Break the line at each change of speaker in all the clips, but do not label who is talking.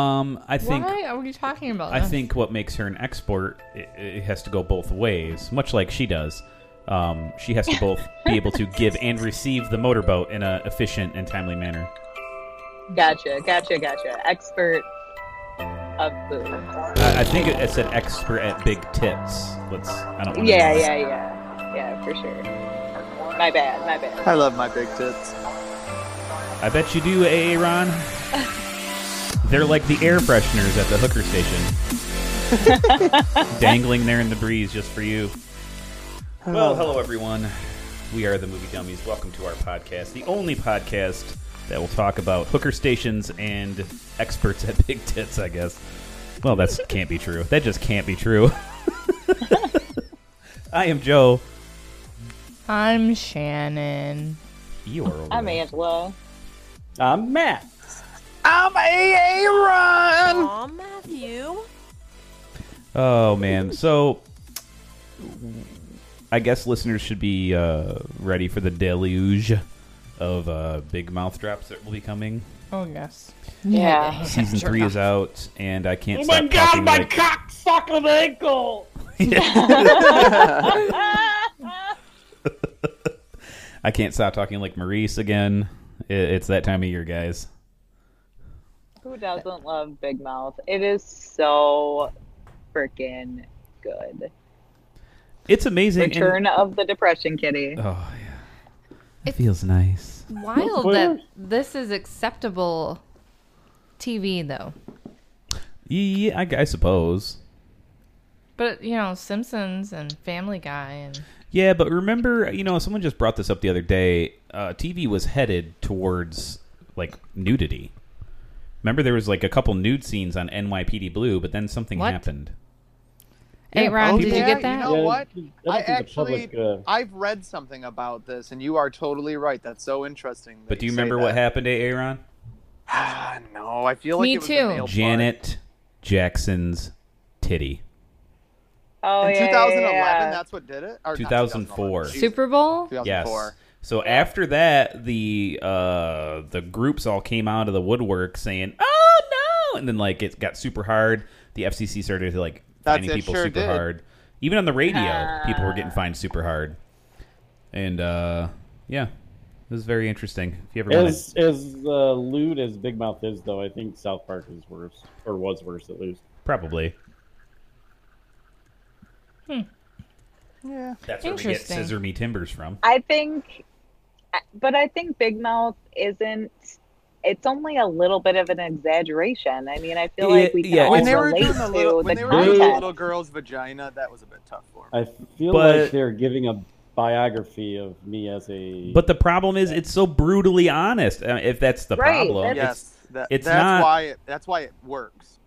Um, I think
Why are we talking about
I
this?
think what makes her an export it, it has to go both ways, much like she does. Um, she has to both be able to give and receive the motorboat in an efficient and timely manner.
Gotcha, gotcha, gotcha. Expert of food.
I, I think it, it said expert at big tits. Let's. I don't. wanna-
Yeah, yeah, yeah. Yeah, for sure. My bad, my bad.
I love my big tits.
I bet you do, AA Ron. They're like the air fresheners at the hooker station, dangling there in the breeze just for you. Well, hello everyone. We are the Movie Dummies. Welcome to our podcast, the only podcast that will talk about hooker stations and experts at big tits. I guess. Well, that can't be true. That just can't be true. I am Joe.
I'm Shannon.
You are. Over
I'm
there.
Angela.
I'm Matt. I'm Aaron.
Aw, Matthew.
Oh man, so I guess listeners should be uh, ready for the deluge of uh, big mouth drops that will be coming.
Oh yes.
Yeah.
Season three is out, and I can't.
Oh
stop
my god,
talking
my
like-
cock sucking ankle!
I can't stop talking like Maurice again. I- It's that time of year, guys.
Who doesn't love Big Mouth? It is so freaking good.
It's amazing. and-
Return of the Depression Kitty.
oh yeah, it feels nice.
Wild that this is acceptable TV though.
Yeah, I, I suppose.
But you know, Simpsons and Family Guy and
Yeah, but remember, you know, someone just brought this up the other day. Uh, TV was headed towards like nudity. Remember, there was like a couple nude scenes on NYPD Blue, but then something
What?
happened.
Hey Ron,
oh,
did you
yeah,
get that?
You know
Yeah,
what?
I don't
I
think the
actually-
public, uh,
I've read something about this, and you are totally right. That's so interesting. that
But do you
say
remember what
that.
happened to Aaron?
Ah, no, I feel like
Me
it was
too.
a male part.
Janet Jackson's titty.
Oh,
In
yeah.
2011,
yeah, yeah.
that's what did it. Or not
2004.
2011, Jesus.
Super Bowl?
2004.
Yes. So after that, the uh, the groups all came out of the woodwork saying, "Oh no!" And then like it got super hard. The FCC started to like
That's
finding
it,
people
sure
super
did. Ah.
hard. Even on the radio, people were getting fined super hard. And uh, yeah, it was very interesting. If you ever want
as as uh, lewd as Big Mouth is, though, I think South Park is worse, or was worse at least.
probably.
Yeah.
That's where we get
Interesting.
Scissor Me Timbers from.
I think, but I think Big Mouth isn't. It's only a little bit of an exaggeration. I mean, I feel like we can
Yeah,
all
When
When they were
relate
doing
to
the little,
the
when they were doing the
content.
little girl's vagina, that was a bit tough for me.
I feel
But-
like they're giving a biography of me as a.
But the problem is, it's so brutally honest. Uh, if that's the
Right,
problem,
that's-
It's-
yes, that,
it's
that's
not-
why it, that's why it works.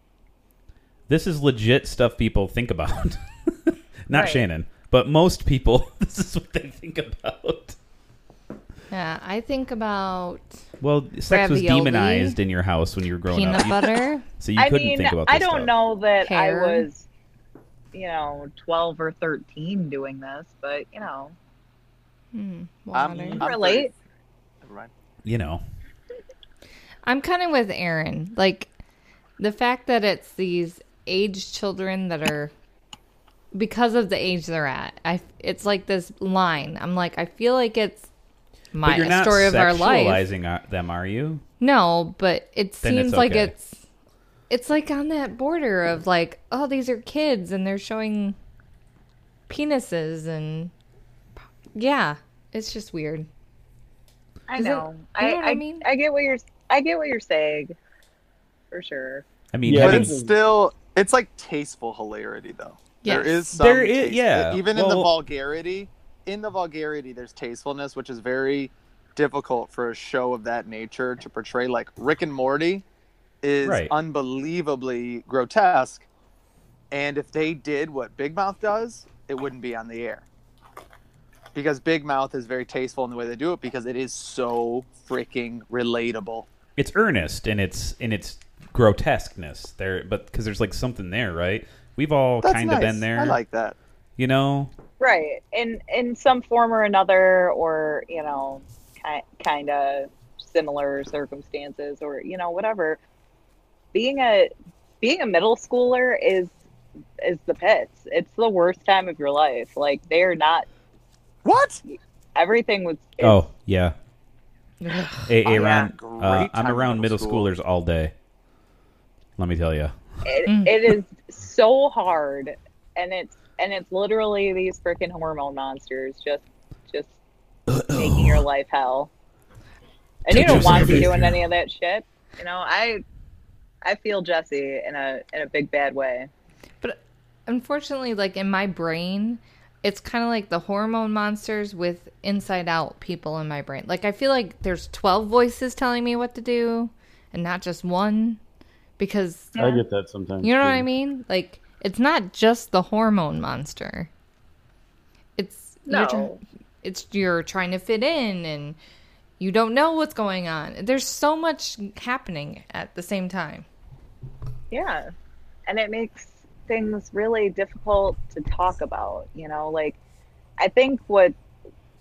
this is legit stuff people think about. Not
Right.
Shannon, but most people, this is what they think about.
Yeah, I think about
Well, sex was
Ravioli.
demonized in your house when you were growing
peanut
up, You-
butter.
so you
I
couldn't
mean,
think about. This
I don't
stuff.
know that
Hair.
I was, you know, 12 or 13 doing this, but, you know,
Hmm,
I'm,
water.
I'm
I'm,
very-
Relate.
Never mind.
You know,
kind of with Aaron. Like the fact that it's these aged children that are because of the age they're at. I it's like this line. I'm like I feel like it's my
but you're not
story of our life.
sexualizing our- them, are you?
No, but it
Then it's
seems like
okay.
it's it's like on that border of like, oh, these are kids and they're showing penises and yeah, it's just weird.
I
Is it-
know.
you
I,
know what I
I,
mean?
I get what you're, I get what you're saying, for sure.
I mean,
Yeah,
But
having-
it's still it's like tasteful hilarity though. There
Yes.
is some
There is-
taste-
yeah.
even in the
Well-
vulgarity, in the vulgarity there's tastefulness which is very difficult for a show of that nature to portray like Rick and Morty is
Right.
unbelievably grotesque and if they did what Big Mouth does, it wouldn't be on the air. Because Big Mouth is very tasteful in the way they do it because it is so freaking relatable.
it's earnest and it's in its grotesqueness there, but because there's like something there, right? We've all
That's
kind of
nice.
been there,
I like that.
you know.
Right. In, in some form or another, or, you know, ki- kind of similar circumstances or, you know, whatever. being a being a middle schooler is is the pits. It's the worst time of your life. Like they're not
What?
everything was is
Oh yeah. Hey,
I had
Aaron,
Oh, great
uh,
time
I'm
in
around middle
middle school.
schoolers all day. Let me tell you.
it, it is so hard and it's and it's literally these freaking hormone monsters just just making your life hell and you don't
Pictures
want
of
to be doing
everything.
any of that shit you know i i feel jesse in a in a big bad way
But unfortunately, like in my brain, it's kind of like the hormone monsters with inside out people in my brain. Like I feel like there's 12 voices telling me what to do and not just one because
I get that sometimes.
you know what I
too.
mean? Like it's not just the hormone monster. It's you're try-
No.
it's you're trying to fit in and you don't know what's going on. There's so much happening at the same time.
yeah and it makes things really difficult to talk about you know like i think what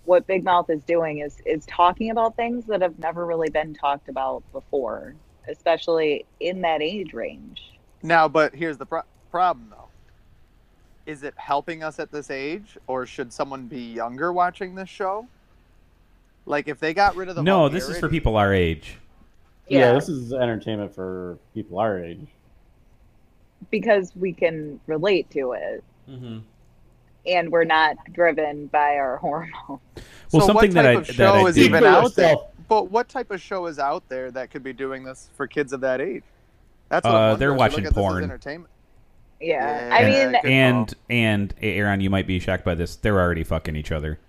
what big mouth is doing is is talking about things that have never really been talked about before especially in that age range
Now, but here's the pro- problem though. Is it helping us at this age, or should someone be younger watching this show? Like, if they got rid of the
No, this is for
vulgarity-
people our age.
Yeah. this is entertainment for people our age.
because we can relate to it
Mm-hmm.
and we're not driven by our hormones
Well,
So
something
what
that
type
I
of
that I
show is
do-
even
For
out there?
yourself.
But what type of show is out there that could be doing this for kids of that age? That's what
Uh,
I'm wondering.
they're
Should
watching
look at this as
porn.
entertainment.
yeah,
Yeah.
i
And-
mean
Good
and and Aaron, you might be shocked by this. They're already fucking each other.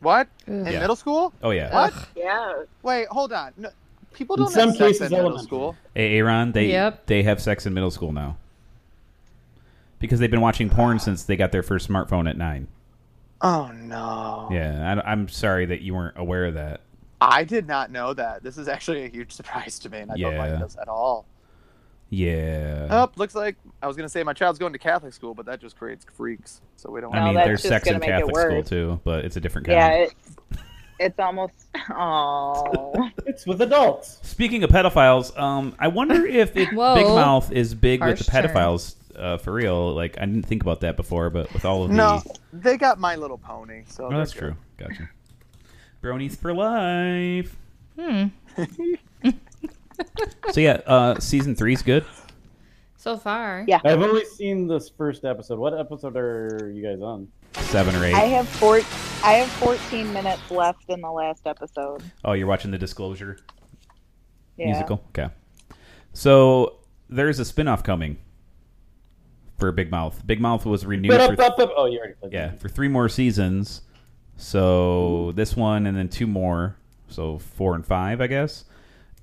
What in
Yeah.
middle school?
Oh yeah.
What?
yeah
Wait, hold on. No, people
In
don't
some
have sex
cases,
in middle
elementary.
school.
Hey, Aaron, they
Yep.
they have sex in middle school now because they've been watching
Ah.
porn since they got their first smartphone at nine.
Oh no.
Yeah, I, am sorry that you weren't aware of that.
I did not know that. This is actually a huge surprise to me, and I don't
Yeah.
like this at all.
Yeah,
Oh, looks like I was gonna say my child's going to Catholic school, but that just creates freaks. So we don't.
I
No,
mean
that's
there's
just
sex
gonna
in
make it
Catholic school
worse.
too, but it's a different kind.
yeah it's it's almost oh
It's with adults.
Speaking of pedophiles, um, I wonder if it, Big
Whoa.
Mouth is big with the
Harsh turn.
pedophiles uh, for real. Like I didn't think about that before, but with all of
No,
the
they got My Little Pony. So
oh, that's
they're good.
true. Gotcha. Bronies for life. Hmm. so yeah, uh, season three's good.
So far.
Yeah.
I've only seen this first episode. What episode are you guys on?
Seven or eight.
I have four. I have 14 minutes left in the last episode.
Oh, you're watching the Disclosure
Yeah.
musical. Okay. So there's a spin-off coming for Big Mouth. Big Mouth was renewed
Ba-
for
ba- ba- Oh, you already played.
yeah
that.
for three more seasons. So this one and then two more. So four and five, I guess.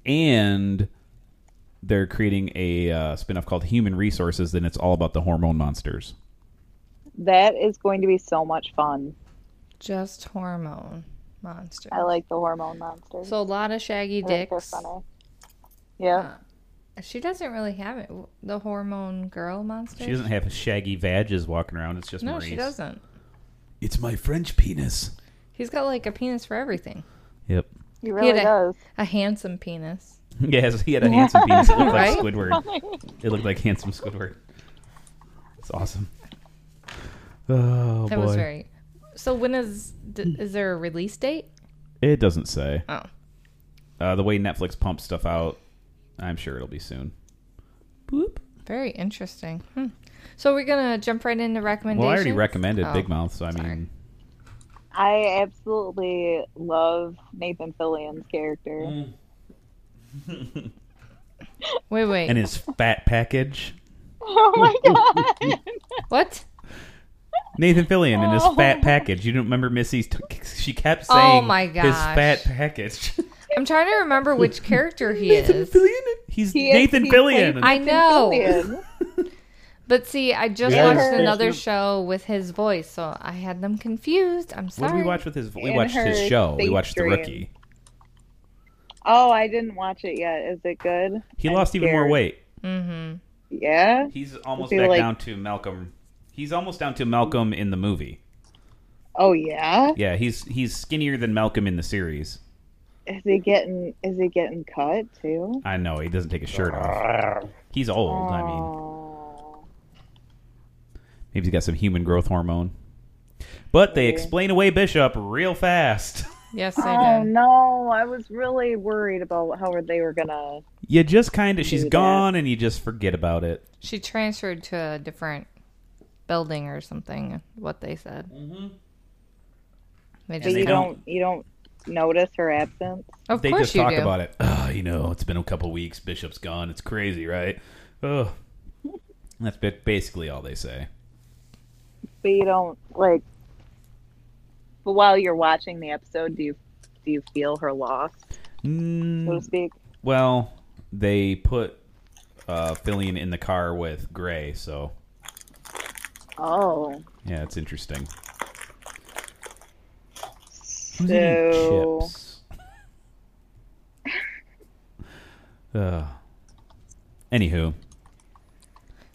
And they're creating a uh, spin-off called Human Resources, and it's all about the hormone monsters.
That is going to be so much fun.
Just hormone monster.
I like the hormone monsters.
So a lot of shaggy
I think they're
dicks. Uh,
funny. Yeah.
She doesn't really have it. The hormone girl monster.
She doesn't have shaggy vages walking around. It's just
No,
Maurice.
she doesn't.
It's my French penis.
He's got like a penis for everything.
Yep.
he
He
really
had a,
does.
a handsome penis.
Yes, he had a handsome penis. It looked like
Right?
Squidward. It looked like handsome Squidward. It's awesome. Oh
That
boy!
was very. So when is d- is there a release date?
It doesn't say.
Oh,
Uh, the way Netflix pumps stuff out, I'm sure it'll be soon. Boop.
very interesting. Hmm. So we're gonna jump right into recommendations.
Well, I already recommended
Oh.
Big Mouth, so I
sorry.
mean,
I absolutely love Nathan Fillion's character.
Mm.
Wait, wait.
and his fat package.
Oh my god!
what?
Nathan Fillion and his fat package. You don't remember Missy's? T- she kept saying,
my
his
gosh.
fat package."
I'm trying to remember which character he
Nathan
is.
Fillion. He's
He is-
Nathan
he
Fillion.
I know.
Fillion.
But see, I just
Yeah,
watched
her-
another show with his voice, so I had them confused. I'm
What
sorry.
did we watch with his? We
In
watched his
her
show. We
face
watched The
dream.
Rookie.
Oh, I didn't watch it yet. Is it good?
He
I'm
lost even more
scared.
weight.
Mm-hmm.
Yeah.
He's almost
feel
back
like-
down to Malcolm. He's almost down to Malcolm in the movie.
Oh yeah.
Yeah, he's he's skinnier than Malcolm in the series.
Is he getting is he getting cut too?
I know he doesn't take his shirt off. He's old. I mean,
Oh.
maybe he's got some human growth hormone. But they explain away Bishop real fast.
Yes, they
Oh
did.
no, I was really worried about how they were gonna
You just kind of she's
that.
gone and you just forget about it.
She transferred to a different building or something. What they said. Mm-hmm. They
but
just
you
they don't-
don't you don't notice her absence?
of
they
course
just
you
talk
do.
about it. Oh, you know, it's been a couple weeks. Bishop's gone. It's crazy, right? Ugh. That's ba- basically all they say.
But you don't like but while you're watching the episode, do you do you feel her loss,
Mm,
so to speak?
well, they put uh, Fillion in the car with Gray, so
Oh.
yeah, it's interesting. Who's eating
So
chips? Ugh. Anywho,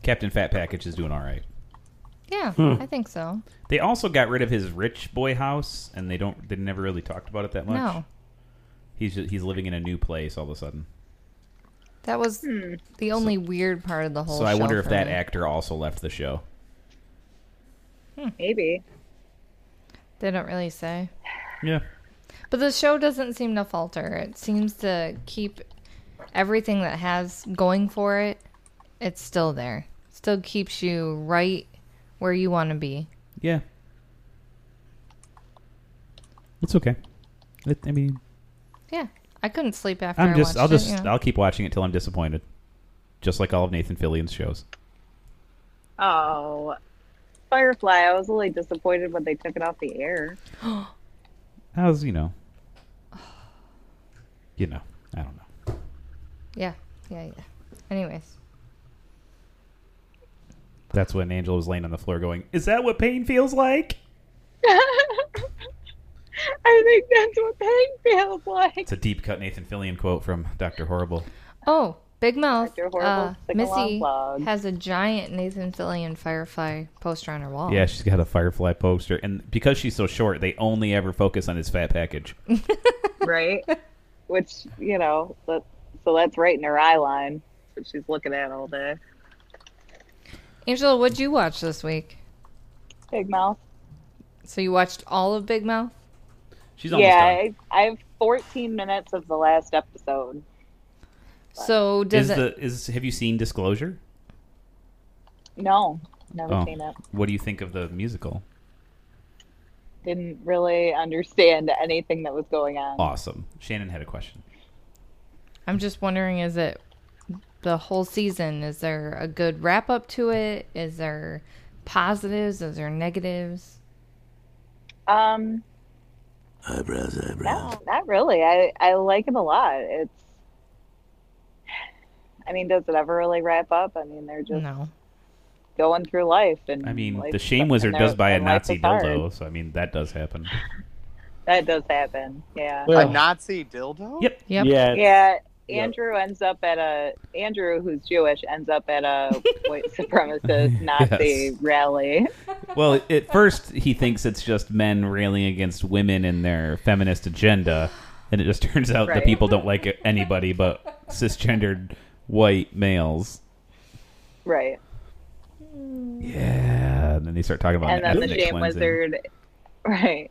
Captain Fat Package is doing all right.
Yeah,
Hmm.
I think so.
They also got rid of his rich boy house, and they don't. They never really talked about it that much.
No,
He's ju- he's living in a new place all of a sudden.
that was the only weird part of the whole.
so I
show
wonder if
for
that
me.
actor also left the show.
maybe.
They don't really say.
Yeah.
But the show doesn't seem to falter. It seems to keep everything that has going for it. It's still there. Still keeps you right where you want to be.
Yeah. It's okay. It, I mean,
Yeah, I couldn't sleep after.
I'm
I
just.
watched
I'll
it,
just.
you know.
I'll keep watching it till I'm disappointed. Just like all of Nathan Fillion's shows.
Oh Firefly, I was really disappointed when they took it off the air.
How's you know? You know. I don't know.
yeah, yeah, yeah. Anyways,
That's when Angela was laying on the floor going, "Is that what pain feels like?"
I think that's what pain feels like.
It's a deep cut Nathan Fillion quote from Doctor Horrible.
oh, Big Mouth,
Dr. Horrible
uh,
sing-along
Missy
vlog.
has a giant Nathan Fillion Firefly poster on her wall.
Yeah, she's got a firefly poster, and because she's so short, they only ever focus on his fat package.
right? Which you know, that, so that's right in her eye line. That's what she's looking at all day.
Angela, what'd you watch this week?
Big mouth.
So you watched all of Big Mouth?
She's almost
Yeah,
done.
I, I have 14 minutes of the last episode.
So does
Is
it?
the is have you seen Disclosure?
No, never
Oh.
seen it.
What do you think of the musical?
Didn't really understand anything that was going on.
Awesome. Shannon had a question.
I'm just wondering is it the whole season? Is there a good wrap up to it? Is there positives? Is there negatives?
Oh.
Um, eyebrows, eyebrows. No, not really. I I like it a lot. It's. I mean, does it ever really wrap up? I mean, they're just
No.
going through life, and
I mean,
life-
the Shame
and
Wizard
their-
does buy a
and life
Nazi
is hard.
dildo, so I mean that does happen.
That does happen. Yeah.
Well,
A Nazi dildo?
Yep.
Yep.
Yeah.
Yeah,
Yep.
Andrew ends up at a Andrew who's Jewish ends up at a white supremacist Nazi rally.
Well, at first he thinks it's just men railing against women and their feminist agenda, and it just turns out the
Right.
people don't like anybody but cisgendered white males.
Right.
Yeah, and then they start talking about
and then the
ethnic
shame
cleansing.
wizard right.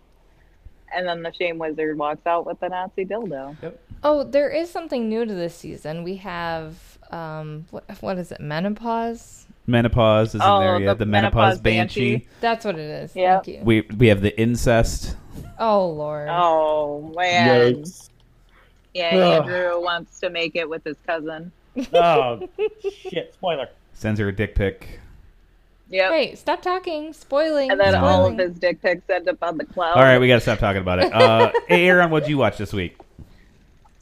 And then the shame wizard walks out with a Nazi dildo.
Oh, there is something new to this season. We have um what what is it? Menopause?
Menopause is
Oh,
in there. Yeah, the,
the
menopause
menopause
banshee.
banshee.
That's what it is.
Yep.
Thank you.
We we have the incest.
oh lord.
Oh man.
Yikes.
Yeah,
Ugh.
Andrew wants to make it with his cousin.
Oh, shit. Spoiler.
Sends her a dick pic.
Yep.
Hey, stop talking. Spoiling.
And then all of
spoiling.
his dick pics end up on the cloud.
All right, we gotta stop talking about it. Uh, hey, Aaron, what'd you watch this week?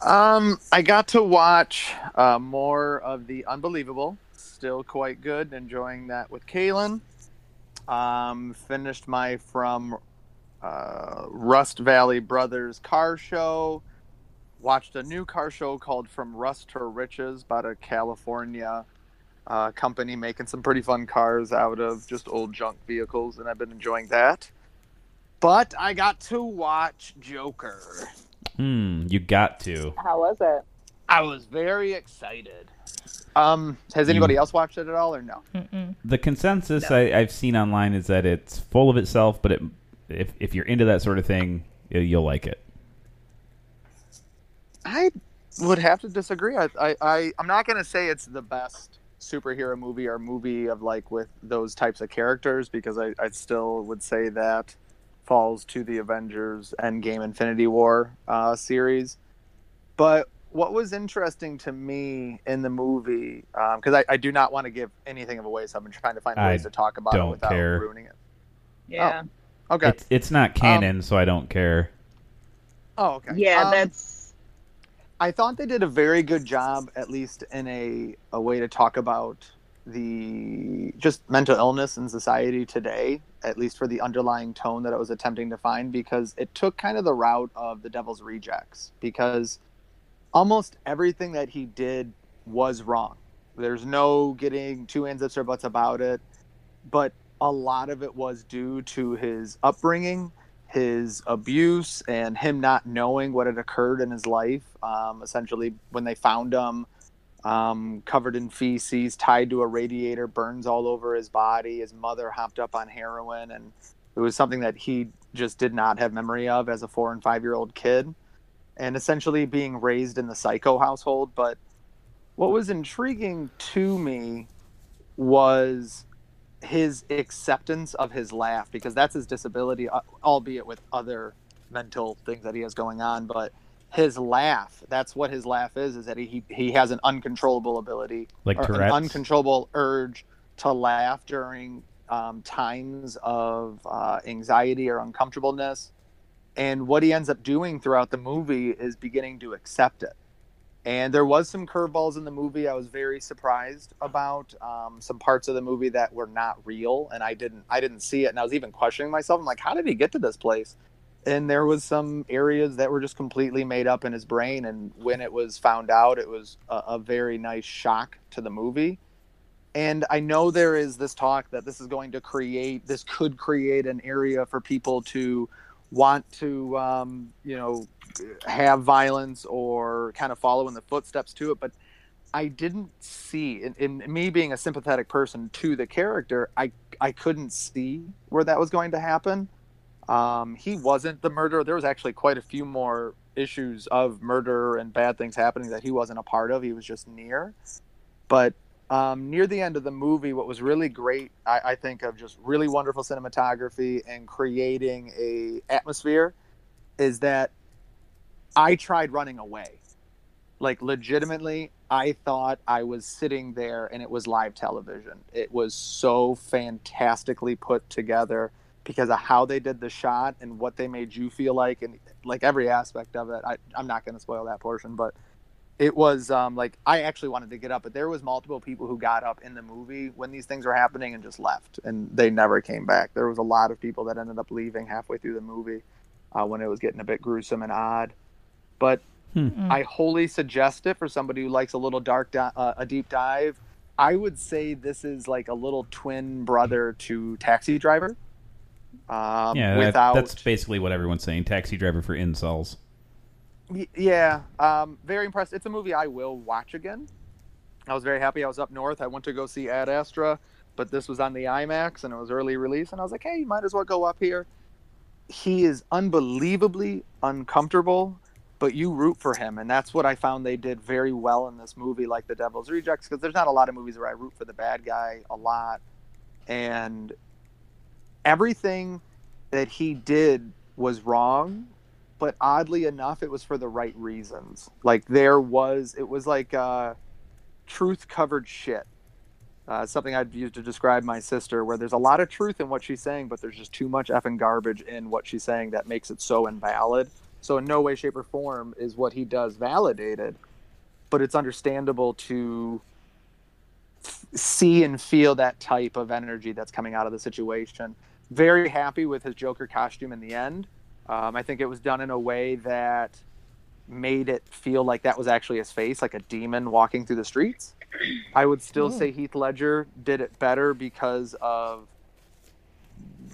Um, I got to watch uh, more of the Unbelievable. Still quite good. Enjoying that with Kaylin. Um, finished my from uh, Rust Valley Brothers car show. Watched a new car show called From Rust to Riches about a California uh, company making some pretty fun cars out of just old junk vehicles, and I've been enjoying that. But I got to watch Joker.
Hmm. You got to.
How was it?
I was very excited. Um, has anybody else watched it at all or no?
Mm-mm.
The consensus I, I've seen online is that it's full of itself, but it, if if you're into that sort of thing, y- you'll like it.
I would have to disagree. I, I, I I'm not gonna say it's the best superhero movie or movie of like with those types of characters because I, I still would say that falls to the Avengers Endgame Infinity War uh, series. But what was interesting to me in the movie, because I, I do not want to give anything of away, so I've been trying to find
I
ways to talk about it
don't
without
care.
ruining it.
Yeah.
Okay.
It's it's
Um,
not canon, so I don't care.
oh, okay.
Yeah,
Um,
that's
I thought they did a very good job, at least in a, a way to talk about the just mental illness in society today, at least for the underlying tone that it was attempting to find, because it took kind of the route of the devil's rejects, because almost everything that he did was wrong. There's no getting two ends ups or buts about it, but a lot of it was due to his upbringing his abuse and him not knowing what had occurred in his life. Um, essentially, when they found him um, covered in feces, tied to a radiator, burns all over his body. His mother hopped up on heroin, and it was something that he just did not have memory of as a four and five year old kid. And essentially being raised in the psycho household. But what was intriguing to me was his acceptance of his laugh because that's his disability uh, albeit with other mental things that he has going on but his laugh that's what his laugh is is that he he has an uncontrollable ability
Like
or an
Tourette's.
uncontrollable urge to laugh during um, times of uh, anxiety or uncomfortableness and what he ends up doing throughout the movie is beginning to accept it and there was some curveballs in the movie i was very surprised about um, some parts of the movie that were not real and i didn't i didn't see it and i was even questioning myself i'm like how did he get to this place and there was some areas that were just completely made up in his brain and when it was found out it was a, a very nice shock to the movie and i know there is this talk that this is going to create this could create an area for people to want to um, you know have violence or kind of follow in the footsteps to it but i didn't see in, in me being a sympathetic person to the character i i couldn't see where that was going to happen um, he wasn't the murderer there was actually quite a few more issues of murder and bad things happening that he wasn't a part of he was just near but um, near the end of the movie, what was really great, I, I think, of just really wonderful cinematography and creating a atmosphere, is that I tried running away. Like legitimately, I thought I was sitting there and it was live television. It was so fantastically put together because of how they did the shot and what they made you feel like and like every aspect of it. I, I'm not going to spoil that portion, but it was um, like I actually wanted to get up, but there was multiple people who got up in the movie when these things were happening and just left, and they never came back. There was a lot of people that ended up leaving halfway through the movie uh, when it was getting a bit gruesome and odd. But
Hmm.
Mm.
I wholly suggest it for somebody who likes a little dark, di- uh, a deep dive. I would say this is like a little twin brother to Taxi Driver. Um,
yeah, that-
without
that's basically what everyone's saying. Taxi driver for insults.
Y- Yeah, um, very impressed. It's a movie I will watch again. I was very happy. I was up north. I went to go see Ad Astra, but this was on the IMAX and it was early release. And I was like, hey, you might as well go up here. He is unbelievably uncomfortable, but you root for him. And that's what I found they did very well in this movie, like The Devil's Rejects, because there's not a lot of movies where I root for the bad guy a lot. And everything that he did was wrong, but oddly enough it was for the right reasons like there was it was like uh truth covered shit uh, something i'd use to describe my sister where there's a lot of truth in what she's saying but there's just too much effing garbage in what she's saying that makes it so invalid so in no way shape or form is what he does validated but it's understandable to f- see and feel that type of energy that's coming out of the situation very happy with his joker costume in the end um, I think it was done in a way that made it feel like that was actually his face, like a demon walking through the streets. I would still say Heath Ledger did it better because of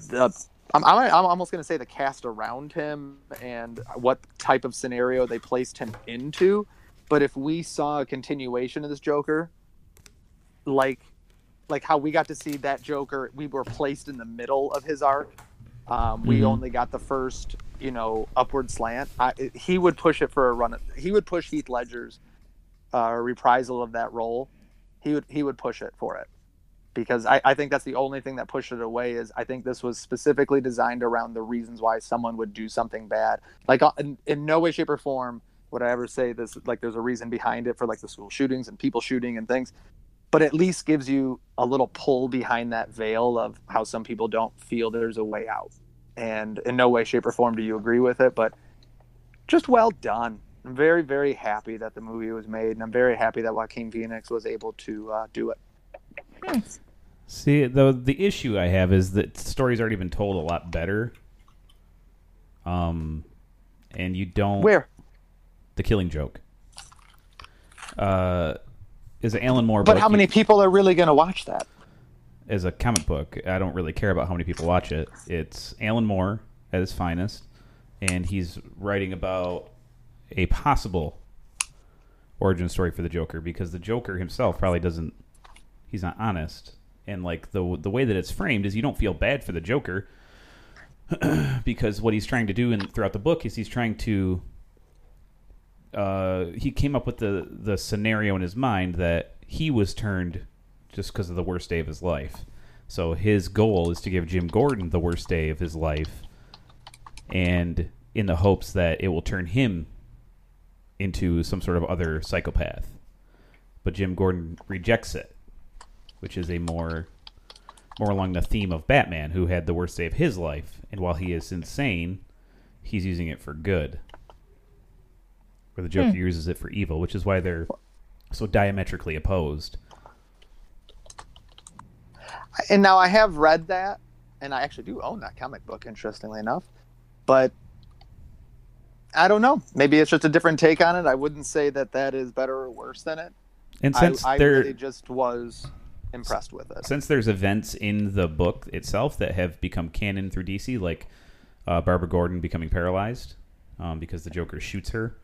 the I'm, I'm, I'm almost going to say the cast around him and what type of scenario they placed him into. But if we saw a continuation of this Joker, like like how we got to see that Joker, we were placed in the middle of his arc. Um, we
Mhm.
only got the first, you know, upward slant. I, it- he would push it for a run. He would push Heath Ledger's uh, reprisal of that role. He would he would push it for it because I, I think that's the only thing that pushed it away is I think this was specifically designed around the reasons why someone would do something bad. Like uh, in, in no way, shape, or form would I ever say this. Like there's a reason behind it for like the school shootings and people shooting and things, but at least gives you a little pull behind that veil of how some people don't feel there's a way out. And in no way, shape, or form do you agree with it, but just well done. I'm very, very happy that the movie was made, and I'm very happy that Joaquin Phoenix was able to uh, do it.
See, the the issue I have is that the story's already been told a lot better. Um, and you don't
Where?
the Killing Joke. Uh, is an Alan Moore,
But
book.
how
You-
many people are really going to watch that?
as a comic book, I don't really care about how many people watch it. It's Alan Moore at his finest, and he's writing about a possible origin story for the Joker because the Joker himself probably doesn't. He's not honest, and like the the way that it's framed is you don't feel bad for the Joker because what he's trying to do in throughout the book is he's trying to. Uh, he came up with the the scenario in his mind that he was turned just because of the worst day of his life. So his goal is to give Jim Gordon the worst day of his life, and in the hopes that it will turn him into some sort of other psychopath. But Jim Gordon rejects it, which is a more more along the theme of Batman, who had the worst day of his life, and while he is insane, he's using it for good. Where the Joker uses it for evil, which is why they're so diametrically opposed.
And now I have read that, and I actually do own that comic book, interestingly enough. But I don't know. Maybe it's just a different take on it. I wouldn't say that that is better or worse than it.
And
I,
since
I
they're
really just was impressed with it.
since there's events in the book itself that have become canon through DC, like uh, Barbara Gordon becoming paralyzed um, because the Joker shoots her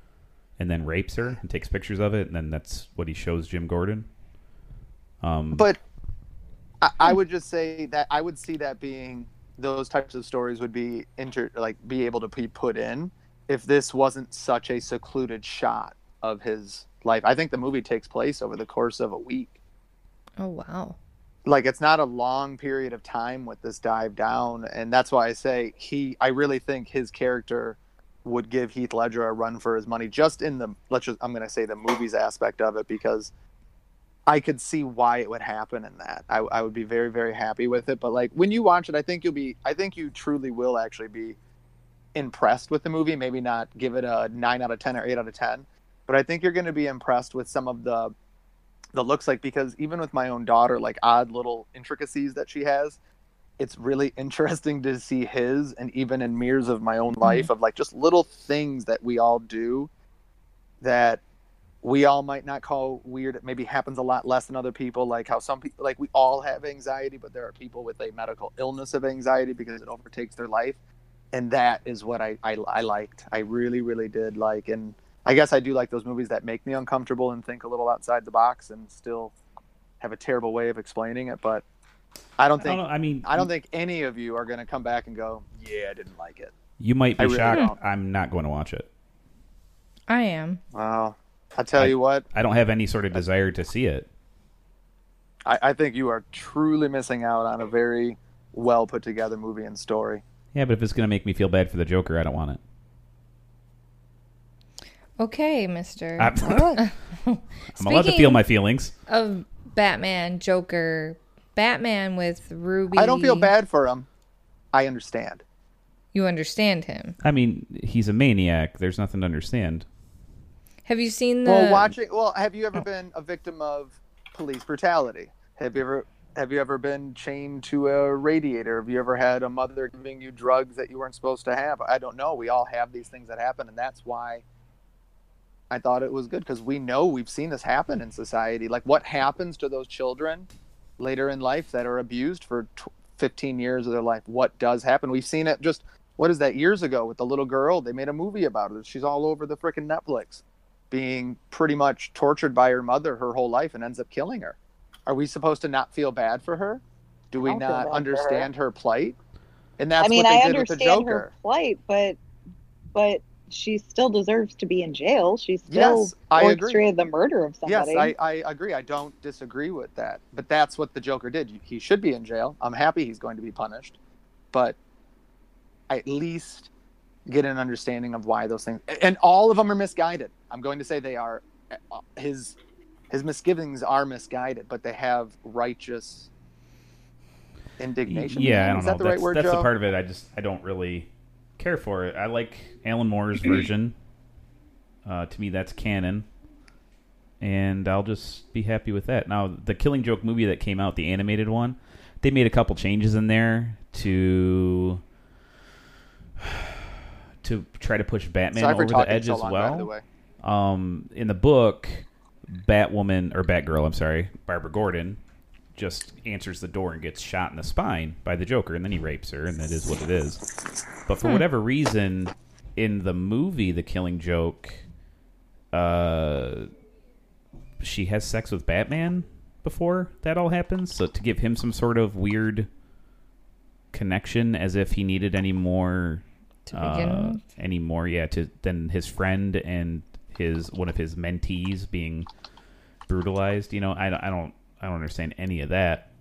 and then rapes her and takes pictures of it, and then that's what he shows Jim Gordon. Um,
But I, I would just say that I would see that being those types of stories would be inter like be able to be put in if this wasn't such a secluded shot of his life. I think the movie takes place over the course of a week.
Oh wow.
like it's not a long period of time with this dive down and that's why i say he i really think his character would give heath ledger a run for his money just in the let's just i'm going to say the movies aspect of it because i could see why it would happen in that I, I would be very very happy with it but like when you watch it i think you'll be i think you truly will actually be impressed with the movie maybe not give it a 9 out of 10 or 8 out of 10 but i think you're going to be impressed with some of the the looks like because even with my own daughter like odd little intricacies that she has it's really interesting to see his and even in mirrors of my own life of like just little things that we all do that we all might not call weird it maybe happens a lot less than other people like how some people like we all have anxiety but there are people with a medical illness of anxiety because it overtakes their life and that is what i i, I liked i really really did like and I guess I do like those movies that make me uncomfortable and think a little outside the box and still have a terrible way of explaining it, but
I
I don't
don't
think
know, I mean,
I don't think any of you are going to come back and go, "Yeah, I didn't like it."
you might be
I really
shocked.
don't.
I'm not going to watch it.
I am.
Wow. I tell
I-
you what,
I don't have any sort of desire to see it.
I, I think you are truly missing out on a very well put together movie and story.
Yeah, but if it's going to make me feel bad for the Joker, I don't want it.
Okay, Mister.
I'm, I'm allowed to
Speaking-
feel my feelings.
of Batman, Joker, Batman with Ruby.
I don't feel bad for him. I understand.
You understand him.
I mean, he's a maniac. There's nothing to understand.
Have you seen the? Oh.
Well, watching. Well, have you ever been a victim of police brutality? Have you ever have you ever been chained to a radiator? Have you ever had a mother giving you drugs that you weren't supposed to have? I don't know. We all have these things that happen, and that's why I thought it was good because we know we've seen this happen in society. Like what happens to those children later in life that are abused for tw- 15 years of their life what does happen we've seen it just what is that years ago with the little girl they made a movie about her she's all over the freaking netflix being pretty much tortured by her mother her whole life and ends up killing her are we supposed to not feel bad for her do we
I don't feel bad
not
for her.
understand her. plight and that's
I mean,
what they
I
did with the
understand
joker
her plight, but but she still deserves to be in jail. She still
yes i agree
orchestrated the murder of somebody.
Yes, I, I agree. I don't disagree with that. But that's what the Joker did. He should be in jail. I'm happy he's going to be punished. But I at least get an understanding of why those things and all of them are misguided. I'm going to say they are uh, his his misgivings are misguided, but they have righteous indignation.
Yeah, I don't
Is
know.
that the
that's
right word,
that's
Joe?
the part of it I just I don't really care for it. I like Alan Moore's version. Uh, to me, that's canon, and I'll just be happy with that. Now, the Killing Joke movie that came out, the animated one, they made a couple changes in there to to try to push Batman
Sorry for
over the
talking
edge
so
as
long,
well
By the way.
um, in the book, Batwoman or Batgirl, I'm sorry, Barbara Gordon, just answers the door and gets shot in the spine by the Joker, and then he rapes her, and that is what it is. But for whatever reason, in the movie, The Killing Joke, uh, she has sex with Batman before that all happens, so to give him some sort of weird connection, as if he needed any more
To begin
uh,
with.
anymore. Yeah, to than his friend and his one of his mentees being brutalized. You know, I, don't- I don't I don't understand any of that.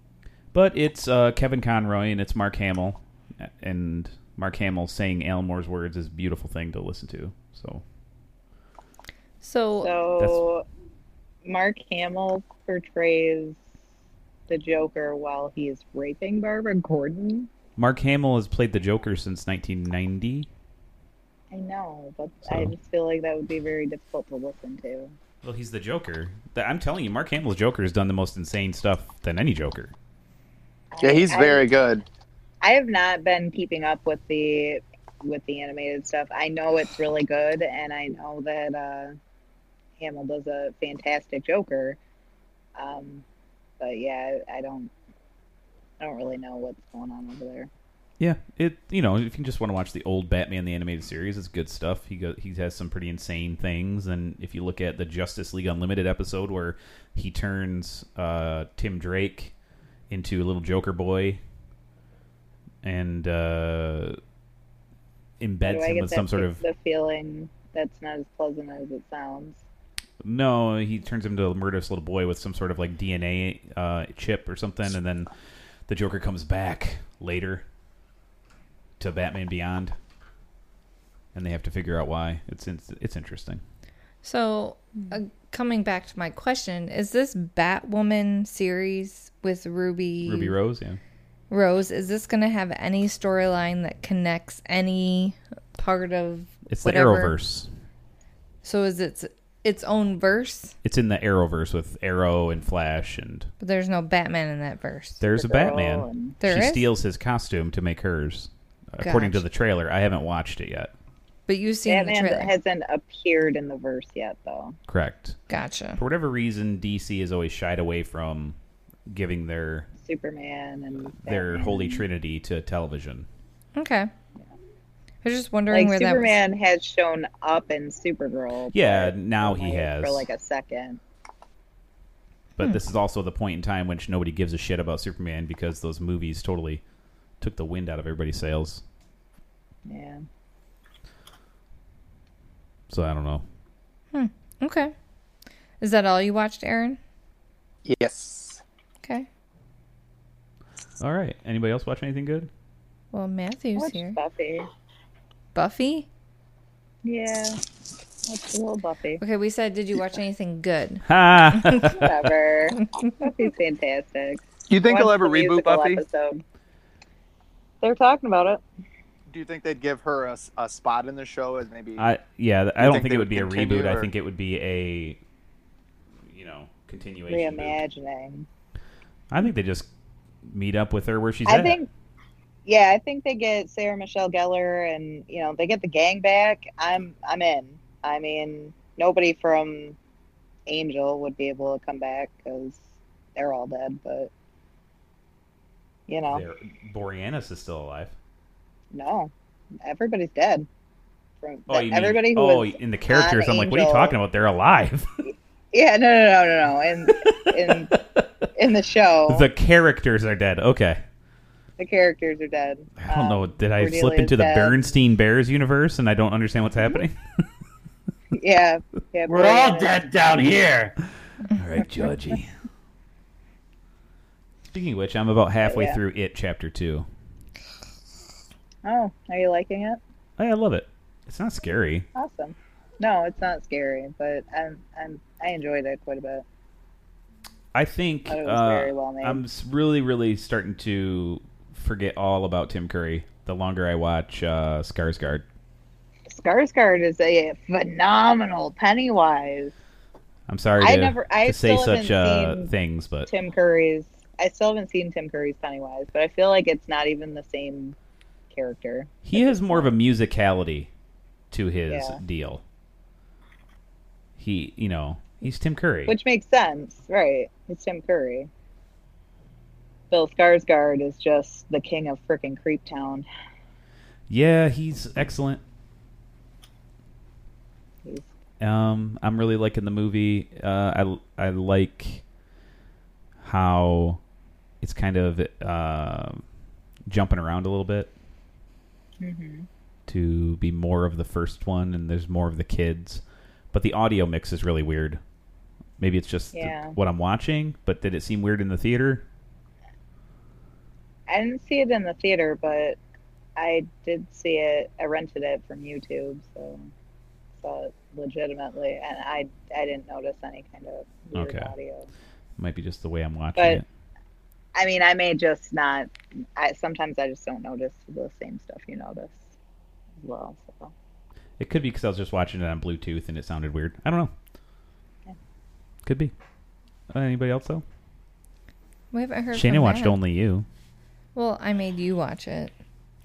But it's uh, Kevin Conroy and it's Mark Hamill, and Mark Hamill saying Alan Moore's words is a beautiful thing to listen to. So
So,
So Mark Hamill portrays the Joker while he is raping Barbara Gordon.
Mark Hamill has played the Joker since 1990.
I know, but
So-
I just feel like that would be very difficult to listen to.
Well, he's the Joker. Th- I'm telling you, Mark Hamill's Joker has done the most insane stuff than any Joker.
Yeah,
I-
he's
I-
very good.
I have not been keeping up with the with the animated stuff. I know it's really good, and I know that uh, Hamill does a fantastic Joker. Um, but yeah, I I don't, I don't really know what's going on over there.
Yeah, it you know if you just want to watch the old Batman the animated series, it's good stuff. He go, he has some pretty insane things, and if you look at the Justice League Unlimited episode where he turns uh, Tim Drake into a little Joker boy and uh,
Do
embeds
I
him
get
with
that-
some sort of
the feeling that's not as pleasant as it sounds.
No, he turns him into a murderous little boy with some sort of like DNA uh, chip or something, and then the Joker comes back later to Batman Beyond, and they have to figure out why. It's in, it's interesting.
so uh, coming back to my question, is this Batwoman series with Ruby
Ruby Rose, yeah,
Rose, is this going to have any storyline that connects any part of
it's
whatever?
the Arrowverse.
So is it s- its own verse?
It's in the Arrowverse with Arrow and Flash, and
But there's no Batman in that verse.
there's a
The girl
Batman.
and-
There
she
is?
steals his costume to make hers, according to
Gotcha.
the trailer. I haven't watched it yet.
But you've seen
Batman
the trailer.
hasn't appeared in the verse yet, though.
Correct.
Gotcha.
For whatever reason, DC has always shied away from giving their
Superman and
their
Batman.
holy trinity to television.
Okay. I was just wondering
Like
where that
Superman has shown up in Supergirl.
Yeah,
but
now he
only
has.
for like a second.
But this is also the point in time which nobody gives a shit about Superman because those movies totally took the wind out of everybody's sails.
Yeah,
So I don't know.
was. Okay. Is that all you watched, Aaron?
Yes.
Okay.
All right. Anybody else watch anything good?
Well, Matthew's
Watch
here.
Buffy.
Buffy?
Yeah, that's a little Buffy.
Okay, we said, did you watch anything good?
Ha!
Whatever. Buffy's fantastic.
You think
Watch
they'll ever
the
reboot
musical
Buffy?
Episode. They're talking about it.
Do you think they'd give her a, s- a spot in the show as maybe
I yeah, th- I don't
think
think,
they
it would be a
would continue,
reboot. I
or-
think it would be a you know, continuation.
Reimagining.
I think they just meet up with her where she's
I
at.
think, yeah, I think they get Sarah Michelle Gellar, and you know they get the gang back. I'm I'm in. I mean, nobody from Angel would be able to come back because they're all dead. But You know,
There, Boreanaz is still alive.
no, everybody's dead. From
Oh, you mean-
everybody who
oh,
was,
in the characters, I'm like, what are you
angel-
talking about? They're alive.
yeah, no, no, no, no, no. In in in the show,
the characters are dead. Okay.
the characters are dead.
I don't
Um,
know. Did I
Cordelia
slip
is
into the
dead.
Bernstein Bears universe and I don't understand what's happening?
Yeah, yeah.
We're all dead down here.
All right, Georgie. Speaking of which, I'm about halfway
Yeah.
through it, chapter two.
Oh, are you liking it?
Hey, I love it. It's not scary.
Awesome. No, it's not scary, but I'm I'm I enjoyed it quite a bit.
I think
Thought Oh, it was
uh,
very well made.
I'm s- really, really starting to forget all about Tim Curry the longer I watch uh, Skarsgård.
Skarsgård is a phenomenal Pennywise.
I'm sorry
I
to,
never- I
to say
still
such
haven't
uh,
seen
things, but
Tim Curry's. I still haven't seen Tim Curry's Pennywise, but I feel like it's not even the same character.
he has more of a musicality to his
Yeah.
deal. He, you know, he's Tim Curry.
Which makes sense, right? It's Tim Curry. Bill Skarsgård is just the king of frickin' Creep Town.
yeah, he's excellent.
He's
Um, I'm really liking the movie. Uh, I I like how it's kind of uh, jumping around a little bit Mm-hmm. to be more of the first one, and there's more of the kids, but the audio mix is really weird. Maybe it's just th-
Yeah.
what I'm watching, but did it seem weird in the theater?
I didn't see it in the theater, but I did see it. I rented it from YouTube, so saw it legitimately, and I I didn't notice any kind of weird
Okay.
audio.
Might be just the way I'm watching
But
it.
I mean, I may just not. I sometimes I just don't notice the same stuff you notice as well. So
It could be because I was just watching it on Bluetooth and it sounded weird. I don't know.
Yeah.
Could be. Uh, anybody else though?
We haven't heard.
Shana
from
watched
Matt.
only you.
Well, I made you watch it.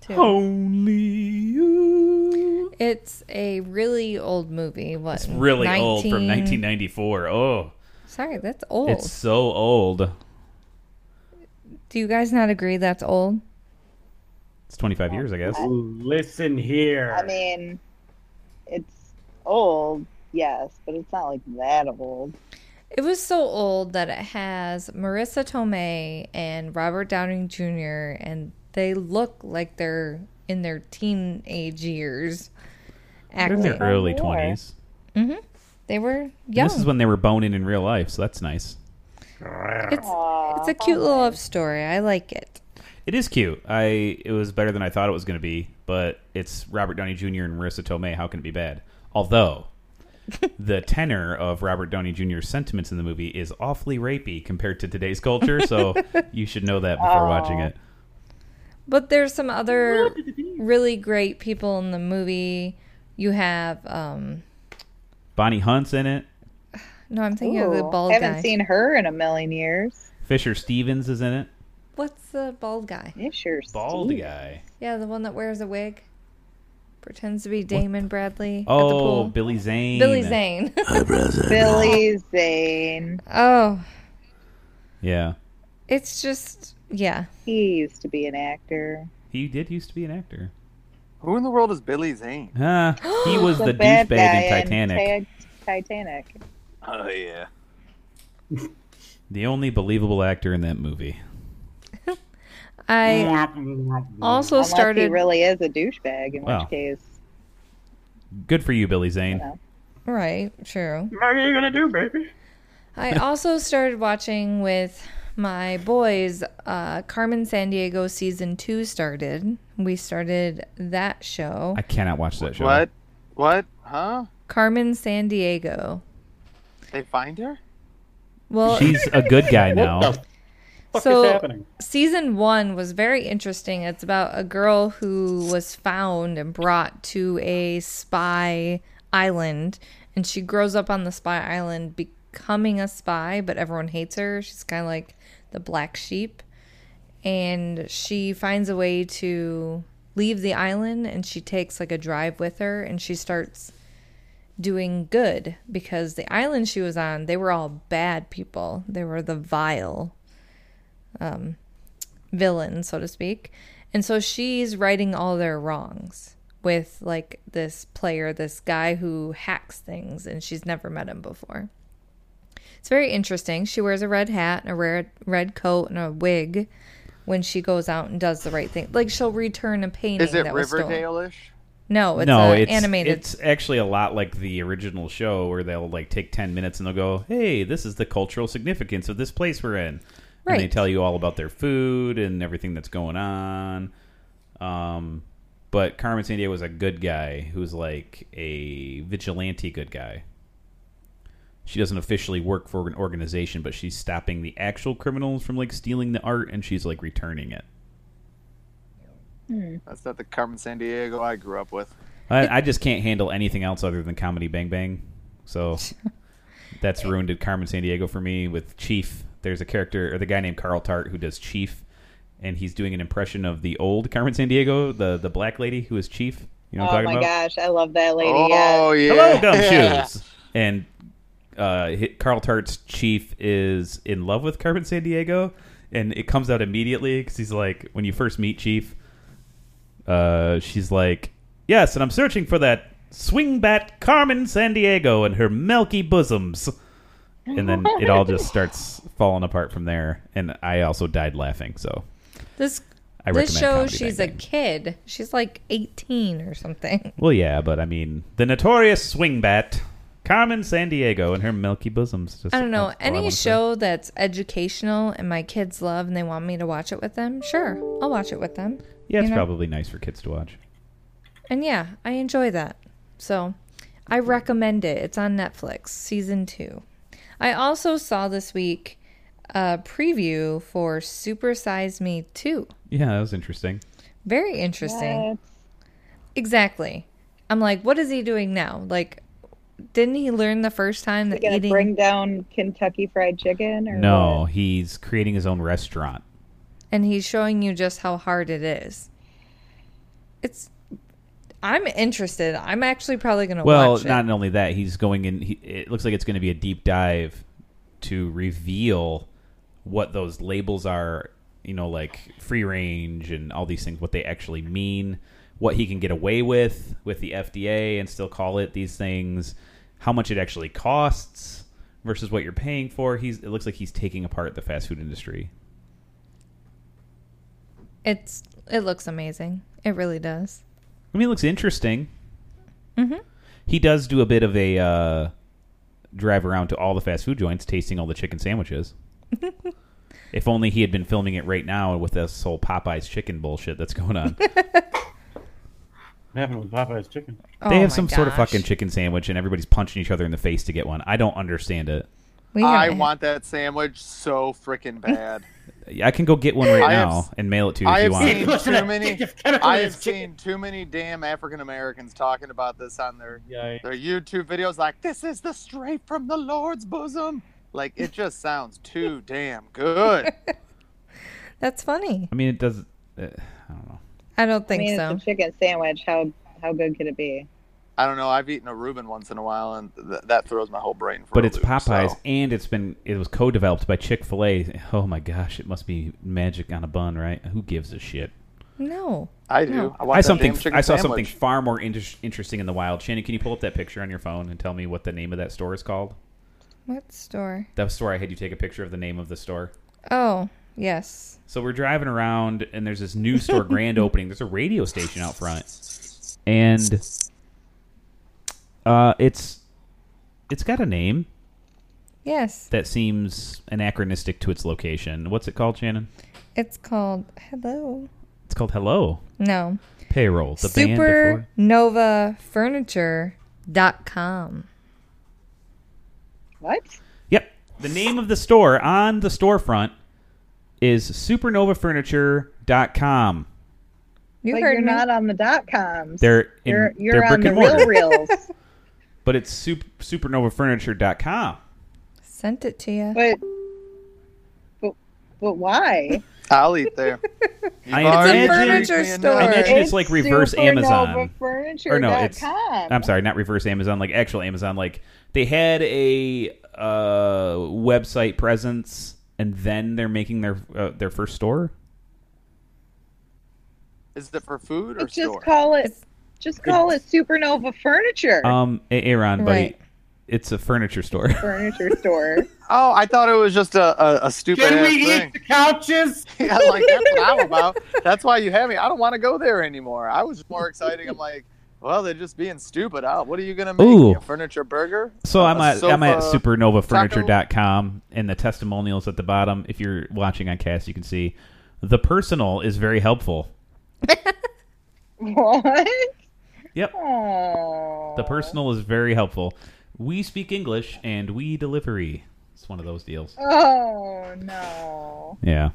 Too.
Only you.
It's a really old movie. What?
It's really old from
19
1994. Oh,
Sorry, that's old.
it's so old.
Do you guys not agree that's old?
It's 25 years, I guess.
Listen here.
I mean, it's old, yes, but it's not like that old.
It was so old that it has Marissa Tomei and Robert Downey Jr. and they look like they're in their teenage years.
They're in
Acting.
their early
They are.
20s.
They were
And
young.
This is when they were boning in real life, so that's nice.
it's
Aw,
it's a cute little love story. I like it.
It is cute. I it was better than I thought it was going to be, but it's Robert Downey Jr. and Marissa Tomei. How can it be bad? Although the tenor of Robert Downey Jr.'s sentiments in the movie is awfully rapey compared to today's culture, so you should know that before watching it.
But there's some other really great people in the movie. You have um
Bonnie Hunt's in it.
no, I'm thinking of the
Ooh,
bald
haven't
guy.
seen her in a million years.
Fisher Stevens is in it.
What's the bald guy?
Yeah, sure.
Bald
Steve.
guy.
Yeah, the one that wears a wig. Pretends to be Damon Bradley. at the
Oh,
pool.
Billy Zane.
Billy Zane.
Billy Zane.
oh,
Yeah,
it's just yeah.
He used to be an actor.
he did used to be an actor.
Who in the world is Billy Zane?
Ah, he was the,
bad
douchebag
guy
in Titanic.
Ti- Titanic.
Oh yeah.
the only believable actor in that movie.
I
Mm-hmm.
also
Unless he
started
really is a douchebag, in
Well.
which case,
Good for you, Billy Zane.
Yeah.
right. True.
What are you gonna do, baby?
I also started watching with my boys. Uh, Carmen San Diego season two started. We started that show.
I cannot watch that show.
What? What? Huh?
Carmen San Diego.
They find her?
Well,
She's a good guy now.
Fuck
So-
is happening?
season one was very interesting. It's about a girl who was found and brought to a spy island, and she grows up on the spy island becoming a spy, but everyone hates her. She's kind of like the black sheep, and she finds a way to leave the island, and she takes like a drive with her, and she starts doing good because the island she was on they were all bad people they were the vile um, villain, so to speak. And so she's righting all their wrongs with like this player, this guy who hacks things, and she's never met him before. It's very interesting. She wears a red hat and a red red coat and a wig when she goes out and does the right thing. Like she'll return a painting.
Is it
that was stolen.
Riverdale ish?
No, it's
no,
uh,
it's
animated.
It's actually a lot like the original show, where they'll like take ten minutes and they'll go, "Hey, this is the cultural significance of this place we're in," and they
Right.
tell you all about their food and everything that's going on. Um, but Carmen Sandiego was a good guy who's like a vigilante good guy. She doesn't officially work for an organization, but she's stopping the actual criminals from like stealing the art, and she's like returning it.
That's not the Carmen San Diego I grew up with.
I, I just can't handle anything else other than comedy bang bang. So that's ruined Carmen San Diego for me with Chief. There's a character or the guy named Carl Tart who does Chief and he's doing an impression of the old Carmen San Diego, the the black lady who is Chief. You know what
oh
I'm
my
talking about?
gosh, I love that lady. yes.
Oh yeah.
Hello, gumshoes. and uh, hi- Carl Tart's chief is in love with Carmen San Diego, and it comes out immediately because he's like, when you first meet Chief, uh, she's like, "Yes, and I'm searching for that swing bat Carmen San Diego and her milky bosoms." And then it all just starts falling apart from there. And I also died laughing. So
this
I
this
recommend
show,
Comedy
she's
Bang
a
Bang.
kid. She's like 18 or something.
Well, yeah, but I mean, the notorious swing bat, Carmen San Diego, and her milky bosoms. Just,
I don't know.
that's all I
Any
wanna say.
show that's educational and my kids love and they want me to watch it with them, sure, I'll watch it with them.
Yeah, it's
you know?
probably nice for kids to watch.
And yeah, I enjoy that. So I recommend it. It's on Netflix, season two. I also saw this week a preview for Super Size Me 2.
Yeah, that was interesting.
Very interesting. Exactly. I'm like, what is he doing now? Like, didn't he learn the first time that
Gonna
eating?
bring down Kentucky Fried Chicken or
No, he's creating his own restaurant.
and he's showing you just how hard it is. It's. I'm interested. I'm actually probably gonna
Well,
watch it.
not only that, he's going in. He, it looks like it's going to be a deep dive to reveal what those labels are. You know, like free range and all these things, what they actually mean, what he can get away with with the FDA and still call it these things, how much it actually costs versus what you're paying for. He's. It looks like he's taking apart the fast food industry.
It's. It looks amazing. It really does.
I mean, it looks interesting.
Mm-hmm.
He does do a bit of a uh, drive around to all the fast food joints, tasting all the chicken sandwiches. if only he had been filming it right now with this whole Popeyes chicken bullshit that's going on.
What happened with Popeye's chicken?
Oh
they have
my
some sort of
gosh.
fucking chicken sandwich, and everybody's punching each other in the face to get one. I don't understand it.
We
I
haven't-
want that sandwich so freaking bad.
I can go get one right
I have
now
s-
and mail it to you
I
if you
have
want.
seen
Listen,
too many.
Kentucky
I have
Fried Chicken.
seen too many damn African Americans talking about this on their
Yeah,
their YouTube videos. Like this is the straight from the Lord's bosom. Like it just sounds too damn good.
That's funny.
I mean, it does. Uh, I don't know.
I don't
I
think
mean,
so.
it's a chicken sandwich. How how good could it be?
I don't know. I've eaten a Reuben once in a while, and th- that throws my whole brain. For
But
a
it's
loop,
Popeyes,
so.
and it's been it was co-developed by Chick Fil A. Oh my gosh, it must be magic on a bun, right? Who gives a shit?
No.
I do.
No.
I, want
I
that
something
damn chicken
I saw
sandwich.
something far more inter- interesting in the wild. Shannon, can you pull up that picture on your phone and tell me what the name of that store is called?
What store?
That store I had you take a picture of the name of the store.
Oh yes.
So we're driving around, and there's this new store grand opening. There's a radio station out front, and uh, it's it's got a name
Yes.
that seems anachronistic to its location. What's it called, Shannon?
It's called Hello.
It's called Hello
No.
Payroll. The band before.
Supernova
What?
Yep. The name of the store on the storefront is supernovafurniture.com.
You
like
heard
you're
me.
not on the dot coms.
They're in
you're you're
they're
on
brick
the
and mortar,
real reels.
but it's sup- supernovafurniture.com.
Sent it to you.
but, but but why?
I'll eat there. You've
I
already
It's a
treated
furniture
me enough.
store.
I imagine it's,
It's
like reverse Amazon.
Furniture
Or no, it's I'm sorry, not reverse Amazon, like actual Amazon. Like they had a uh, website presence and then they're making their uh, their first store.
Is it for food or
Let's just
store?
call it. Just call it Supernova Furniture.
Um, A- Aaron, buddy,
Right.
it's a furniture store.
furniture store.
oh, I thought it was just a, a, a stupid
Can
ass
we eat
thing.
the couches?
yeah, like that's what I'm about. That's why you have me. I don't want to go there anymore. I was more excited. I'm like, well, they're just being stupid. Out. What are you gonna make?
Ooh.
A furniture burger?
Uh, So I'm
A
at I'm at
sofa,
supernovafurniture.com and the testimonials at the bottom. If you're watching on cast, you can see the personal is very helpful.
what?
Yep,
Aww.
the personal is very helpful. We speak English and we delivery. It's one of those deals.
Oh no.
Yeah.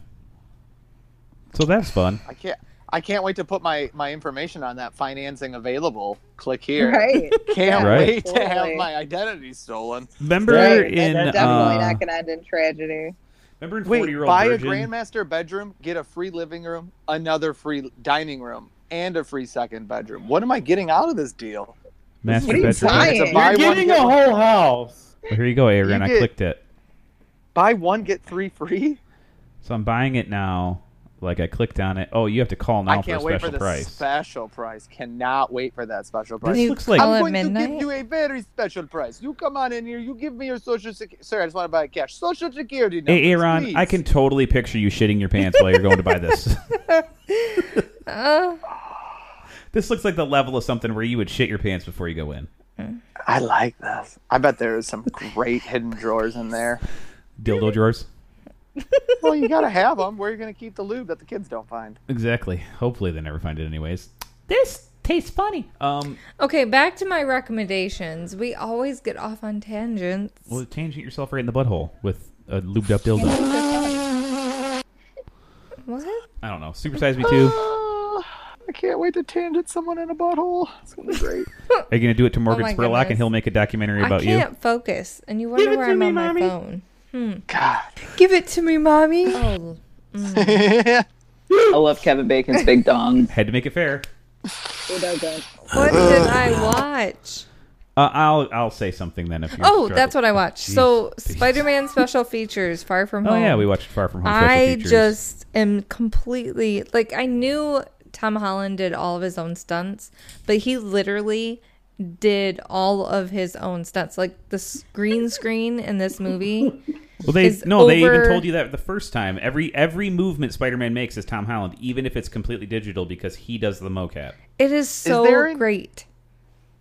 So that's fun.
I can't. I can't wait to put my, my information on that financing available. Click here.
Right.
Can't
Right.
wait to have
Totally.
my identity stolen.
Remember
Right.
in
That's
uh,
definitely not going to end in tragedy.
remember in forty
Wait,
year
buy
old
a
virgin.
grandmaster bedroom, get a free living room, another free dining room, and a free second bedroom. What am I getting out of this deal?
Master
What are you
bedroom.
buying?
It's a buy
You're
one,
getting
get
a
one-
whole house.
Here you go, Aaron.
You
I
get-
clicked it.
Buy one, get three free.
So I'm buying it now. Like I clicked on it. Oh, you have to call now
I can't
for a
wait for
special
the
price.
special price. Cannot wait for that special price.
this
You
looks like
call
I'm
at
going to
midnight?
give you a very special price. You come on in here. You give me your social security. Sir, I just want to buy it cash. Social security. Numbers,
Hey, Aaron,
please.
I can totally picture you shitting your pants while you're going to buy this. this looks like the level of something where you would shit your pants before you go in.
I like this. I bet there is some great hidden drawers in there.
Dildo drawers.
Well, you gotta have them. Where are you gonna keep the lube that the kids don't find?
Exactly. Hopefully, they never find it, anyways. This tastes funny. Um,
Okay, back to my recommendations. We always get off on tangents.
well, tangent yourself right in the butthole with a lubed up dildo.
What?
I don't know. Supersize me too.
Uh, I can't wait to tangent someone in a butthole. It's gonna be great.
Are you gonna do it to Morgan
Oh my
Spurlock and
goodness.
he'll make a documentary
I
about you?
can't focus, and you wonder where I'm on my phone.
God.
Give it to me, mommy. Oh,
I love Kevin Bacon's Big Dong.
Had to make it fair.
Who doesn't?
what did I watch?
Uh, I'll I'll say something then if you.
Oh, that's what I watched. so,
Jeez.
Spider-Man special features, Far From
Oh
Home.
yeah, we watched Far From Home. Special
I
Features.
just am completely like I knew Tom Holland did all of his own stunts, but he literally did all of his own stunts. Like the s- green screen in this movie.
Well, they
is
no, they even
over-
told you that the first time. Every every movement Spider-Man makes is Tom Holland, even if it's completely digital, because he does the mocap.
It is so
there an-
great.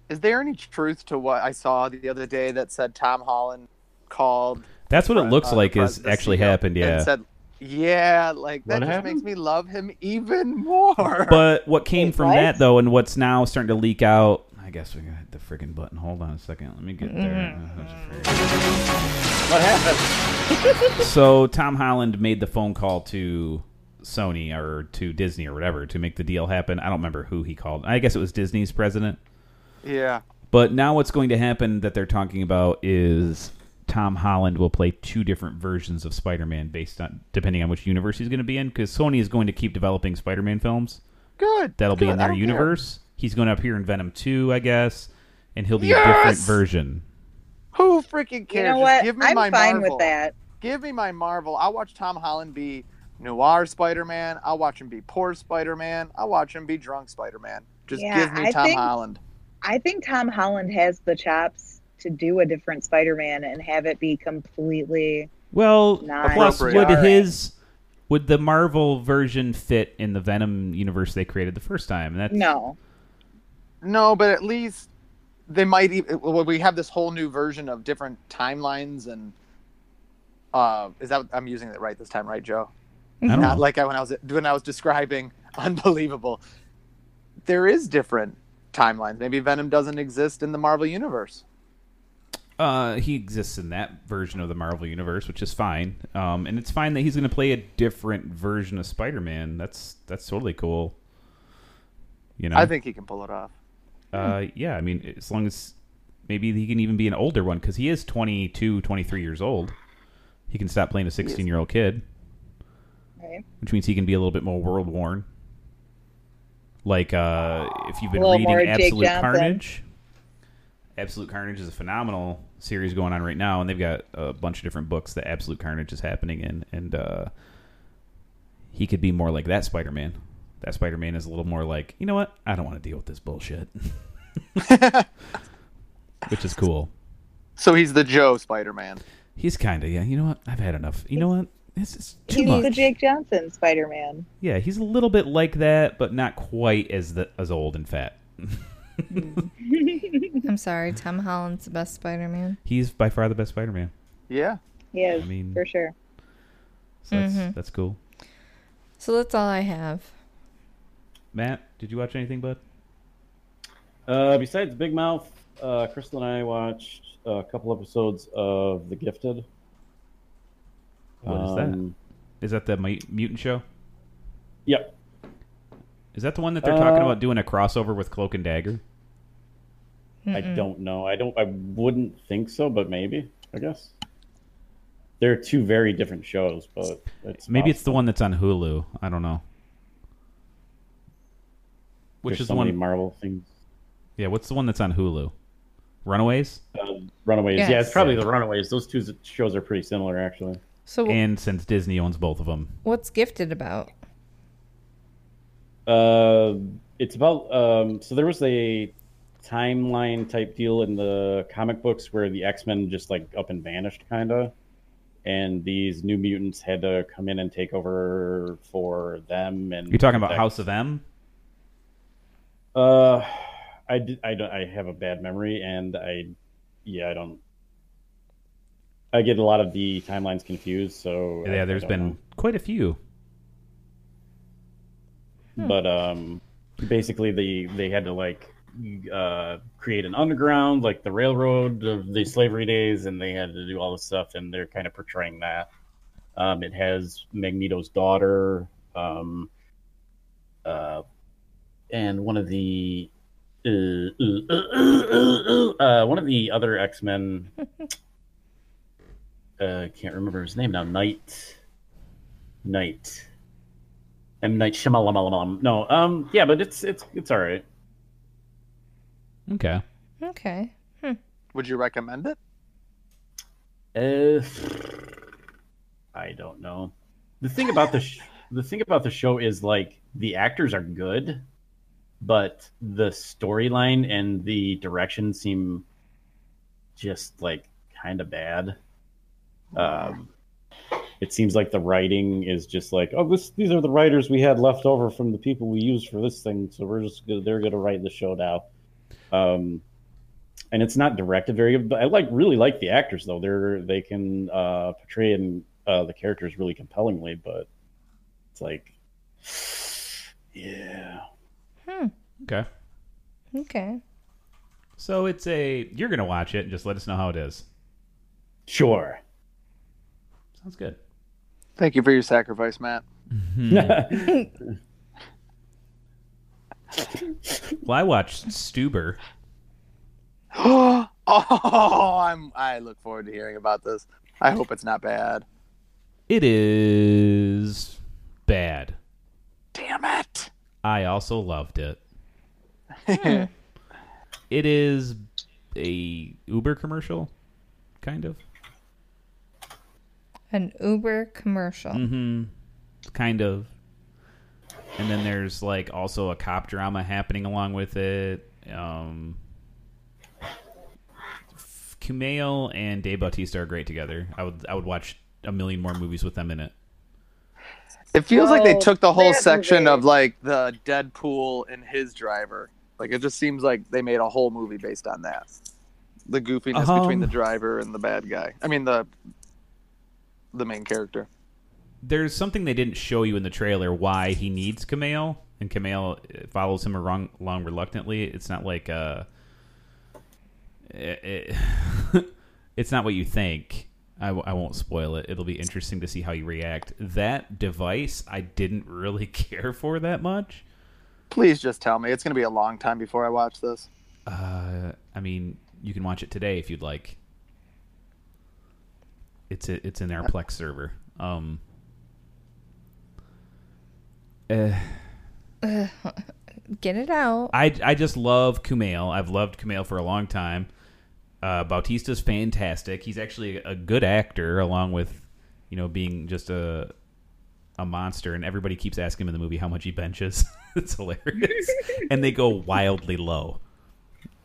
Is there any truth to what I saw the other day that said Tom Holland called?
That's what it looks
uh,
like is
President
actually
Steve
happened, yeah.
And said, yeah, like that
What
just
happened?
makes me love him even more.
but what came from
what?
that though, and what's now starting to leak out, I guess we're gonna hit the friggin' button. Hold on a second, let me get there.
Mm-hmm.
what happened?
so Tom Holland made the phone call to Sony or to Disney or whatever to make the deal happen. I don't remember who he called. I guess it was Disney's president.
Yeah.
But now what's going to happen that they're talking about is Tom Holland will play two different versions of Spider-Man based on depending on which universe he's going to be in because Sony is going to keep developing Spider-Man films
Good.
that'll be
Good.
in their
I don't
universe. He's going to appear in Venom 2, I guess, and he'll be a
Yes!
different version.
Care. Who freaking
You
cares?
know
Just
what?
Give me
I'm
my
fine
Marvel.
with that.
Give me my Marvel. I'll watch Tom Holland be noir Spider-Man. I'll watch him be poor Spider-Man. I'll watch him be drunk Spider-Man. Just
Yeah,
give me
I
Tom
think-
Holland.
I think Tom Holland has the chops to do a different Spider-Man and have it be completely.
Well,
Nice.
plus
Appropriate.
would
All right.
his would the Marvel version fit in the Venom universe they created the first time? And that's
No,
No, but at least they might even. Well, we have this whole new version of different timelines and. Uh, is that I'm using it right this time, right, Joe?
Mm-hmm.
I don't
Not
know.
like I, when I was when I was describing unbelievable. There is different timelines. Maybe Venom doesn't exist in the Marvel universe.
Uh, he exists in that version of the Marvel universe, which is fine. Um, and it's fine that he's going to play a different version of Spider-Man. That's that's totally cool. You know,
I think he can pull it off.
Uh, yeah, I mean, as long as maybe he can even be an older one because he is 22, 23 years old. He can stop playing a sixteen-year-old kid,
right?
which means he can be a little bit more world-worn. Like uh, if you've been
A little
reading
more Jake
Absolute
Johnson.
Carnage. Absolute Carnage is a phenomenal series going on right now, and they've got a bunch of different books that Absolute Carnage is happening in, and uh, he could be more like that Spider-Man. That Spider Man is a little more like, you know what? I don't want to deal with this bullshit. Which is cool.
So he's the Joe Spider Man.
He's kind of, yeah, you know what? I've had enough. You know what? This is too
He's
much.
the Jake Johnson Spider Man.
Yeah, he's a little bit like that, but not quite as the, as old and fat.
I'm sorry, Tom Holland's the best Spider Man.
He's by far the best Spider Man.
Yeah.
He is,
I mean-
for sure.
So that's, that's cool.
So that's all I have.
Matt, did you watch anything, bud?
Uh, besides Big Mouth, uh, Crystal and I watched a couple episodes of The Gifted.
What is that? Is that the mu- mutant show?
that? Yep.
Is that the one that they're talking
Uh,
about doing a crossover with Cloak and Dagger?
I don't know. I don't. I wouldn't think so, but maybe. I guess they're two very different shows, but it's
Maybe it's the
possible.
one that's on Hulu. I don't know. Which
There's
is
so
the one?
many Marvel things.
yeah, what's the one that's on Hulu? Runaways
Uh, Runaways. Yeah,
Yes.
it's probably the Runaways. Those two s- shows are pretty similar, actually.
So
and since Disney owns both of them,
what's gifted about?
Uh, it's about um, so there was a timeline type deal in the comic books where the X Men just like up and vanished, kind of, and these New Mutants had to come in and take over for them. And
you're talking about
protect-
House of M.
Uh, I did, I don't. I have a bad memory, and I, yeah, I don't. I get a lot of the timelines confused. So I-
Yeah,
I
there's
don't
been
know.
quite a few.
but um basically they they had to like uh create an underground like the railroad of the slavery days and they had to do all this stuff and they're kind of portraying that um it has magneto's daughter um uh and one of the uh, uh, uh, uh, uh, one of the other x-men uh can't remember his name now knight knight M Night Shyamalan. No, um, yeah, but it's it's it's all right.
Okay,
Okay.
Would you recommend it?
Uh, I don't know. The thing about the sh- the thing about the show is like the actors are good, but the storyline and the direction seem just like kind of bad. Um, it seems like the writing is just like, oh, this these are the writers we had left over from the people we used for this thing, so we're just gonna, they're gonna write the show now. Um, and it's not directed very good. But I like really like the actors though. They're they can uh, portray and uh, the characters really compellingly. But it's like, yeah,
okay.
Okay.
So it's a you're gonna watch it and just let us know how it is.
sure.
Sounds good.
Thank you for your sacrifice, Matt.
Hmm.
Well, I watched Stuber.
oh, I'm. I look forward to hearing about this. I hope it's not bad.
It is bad.
Damn it!
I also loved it. it is a Uber commercial, kind of,
An Uber commercial.
kind of. And then there's like also a cop drama happening along with it. Um, F- Kumail and Dave Bautista are great together. I would I would watch a million more movies with them in it.
It feels like they
Whoa,
took the whole
that
section
movie.
of like the Deadpool and his driver. Like it just seems like they made a whole movie based on that. The goofiness between
Um,
the driver and the bad guy. I mean the the main character.
there's something they didn't show you in the trailer why he needs Kamel, and Kamel uh, follows him along, along reluctantly. It's not like uh, it, it- it's not what you think. I, w- I won't spoil it. It'll be interesting to see how you react. That device, I didn't really care for that much.
Please just tell me. It's going to be a long time before I watch this.
Uh, I mean, you can watch it today if you'd like. It's a, it's in our Plex server. Um, eh,
Get it out.
I, I just love Kumail. I've loved Kumail for a long time. Uh, Bautista's fantastic. He's actually a good actor, along with you know being just a a monster, and everybody keeps asking him in the movie how much he benches. it's hilarious, and they go wildly low,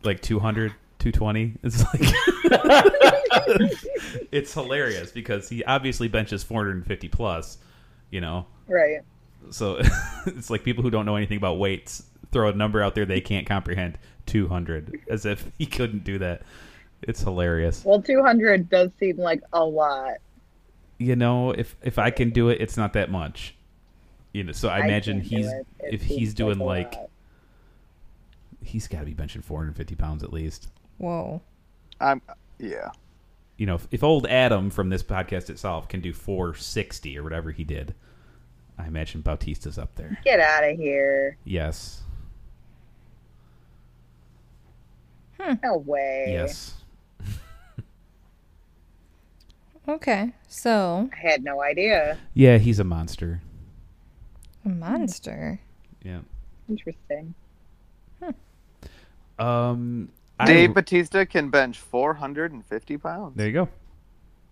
like 200, 220. It's like it's hilarious because he obviously benches four hundred and fifty plus. You know,
Right.
so it's like people who don't know anything about weights throw a number out there they can't comprehend 200 as if he couldn't do that it's hilarious
Well, 200 does seem like a lot.
you know if if i can do it it's not that much you know so i imagine
can't do
he's
it. It
if
seems
he's doing
a
like
lot.
he's got to be benching 450 pounds at least
Whoa.
I'm yeah.
you know if, if old adam from this podcast itself can do 460 or whatever he did i imagine bautista's up there
Get out of here.
yes
No way.
yes
Okay. So
I had no idea.
yeah he's a monster
a monster.
yeah
Interesting.
um I-
Dave Batista can bench 450 pounds.
there you go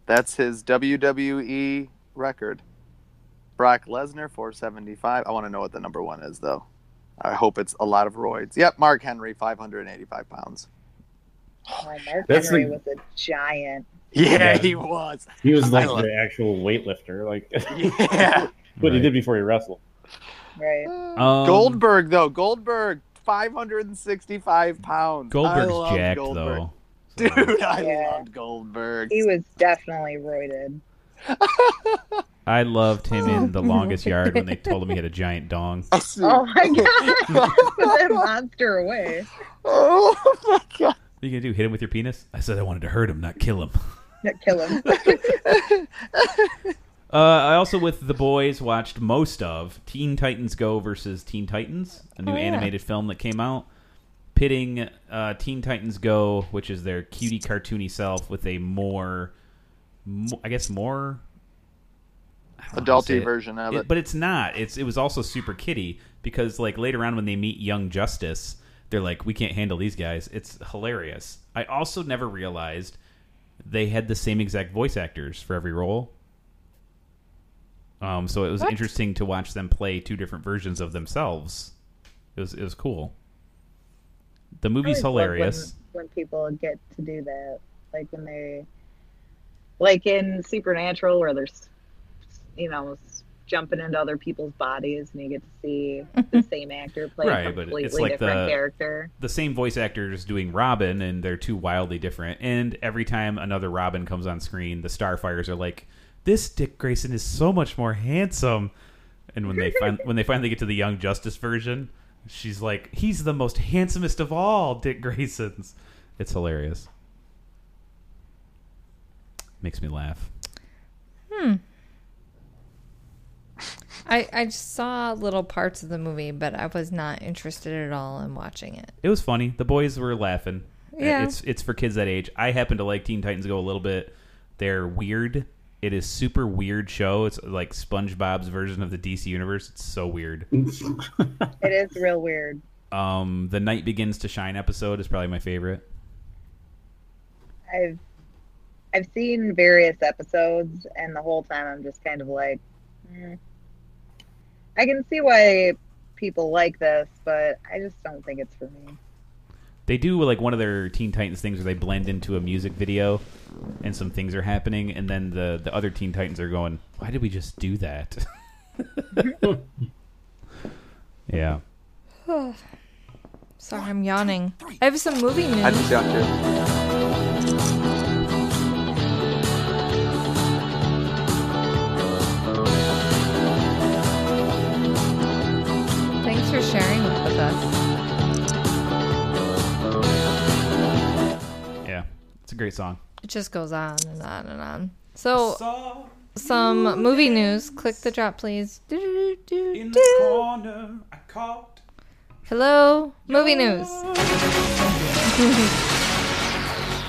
That's his WWE record. Brock Lesnar 475. I want to know what the number one is though. I hope it's a lot of roids. Yep, Mark Henry 585 pounds.
Oh, Mark
That's
Henry
like-
was a giant.
Yeah,
Yeah.
he was.
He was like
I love-
the actual weightlifter, like
Yeah.
what he
Right.
did before he wrestled.
Right.
Um,
Goldberg though, Goldberg 565 pounds. I
Goldberg's
love
jacked
Goldberg.
though. So,
Dude, I
Yeah.
loved Goldberg.
He was definitely roided.
I loved him in The Longest Yard when they told him he had a giant dong.
Oh my god. Put that monster away.
oh my god.
What are you gonna do? Hit him with your penis? I said I wanted to hurt him, not kill him.
No, Kill him.
Uh, I also, with the boys, watched most of Teen Titans Go versus Teen Titans, a new
Oh, yeah.
animated film that came out, pitting uh, Teen Titans Go, which is their cutie cartoony self, with a more, mo- I guess, more I don't know how to say
Adulty
it.
version of
It-
it.
but it's not. It's it was also super kitty because like later on when they meet Young Justice, they're like, we can't handle these guys. It's hilarious. I also never realized they had the same exact voice actors for every role. Um, so it was interesting to watch them play two different versions of themselves. It was it was cool. The movie's
I always love
hilarious.
When, when people get to do that, like when they, like in Supernatural, where there's, you know, s- jumping into other people's bodies, and you get to see the same actor play
Right,
a
but it's
completely
like
different
the-
character.
the same voice actors doing Robin, and they're two wildly different. And every time another Robin comes on screen, the Starfires are like, "This Dick Grayson is so much more handsome." And when they fin- when they finally get to the Young Justice version, she's like, "He's the most handsomest of all Dick Graysons." It's hilarious. Makes me laugh.
I, I saw little parts of the movie, but I was not interested at all in watching it.
It was funny. The boys were laughing.
Yeah.
Uh, It's it's for kids that age. I happen to like Teen Titans Go a little bit. They're weird. It is super weird show. It's like SpongeBob's version of the DC universe. It's so weird.
It is real weird.
Um, the Night Begins to Shine episode is probably my favorite.
I've, I've seen various episodes, and the whole time I'm just kind of like, "Hmm. I can see why people like this, but I just don't think it's for me.
They do like one of their Teen Titans things where they blend into a music video, and some things are happening, and then the the other Teen Titans are going, "Why did we just do that?" yeah.
Sorry, I'm yawning. I have some movie news.
I just got you.
Thanks for sharing with us.
Yeah. It's a great song.
It just goes on and on and on. So, some movie news. Click the drop, please.
In the
Do-do-do-do.
corner, I caught
Hello, movie news.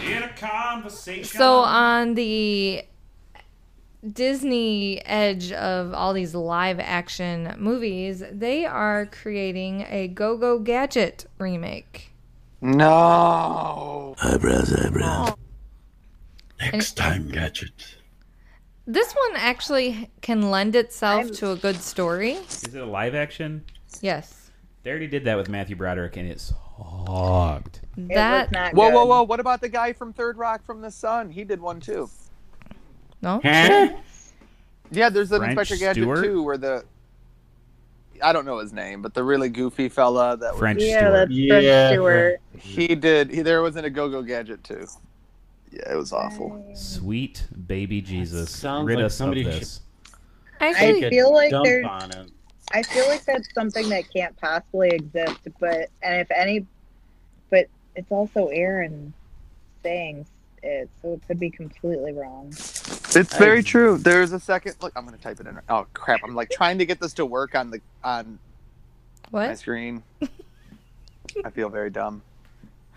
in a conversation.
So on the Disney edge of all these live action movies, they are creating a Go Go Gadget remake.
No.
Next time, gadget.
This one actually can lend itself
I'm-
to a good story.
Is it a live action?
Yes.
They already did that with Matthew Broderick, and it sucked.
It
that
was not
Whoa,
good.
whoa, whoa! What about the guy from Third Rock from the Sun? He did one too.
no.
Huh?
Yeah, there's an
French
Inspector Gadget
Stewart?
too, where the I don't know his name, but the really goofy fella that was,
French
Yeah,
Stewart.
that's
Yeah.
French Stewart.
he did. He, there wasn't a Go Go Gadget too. Yeah, it was awful.
Sweet baby Jesus,
sounds
rid
like
us of
somebody should-
this.
Actually,
I feel like
dump
there's-
on him.
I feel like that's something that can't possibly exist, but and if any, but it's also Aaron saying it, so it could be completely wrong.
It's
very
very
I-
true. There's a second. Look, I'm gonna type it in. Oh crap! I'm like trying to get this to work on the on my
what?
screen. I feel very dumb.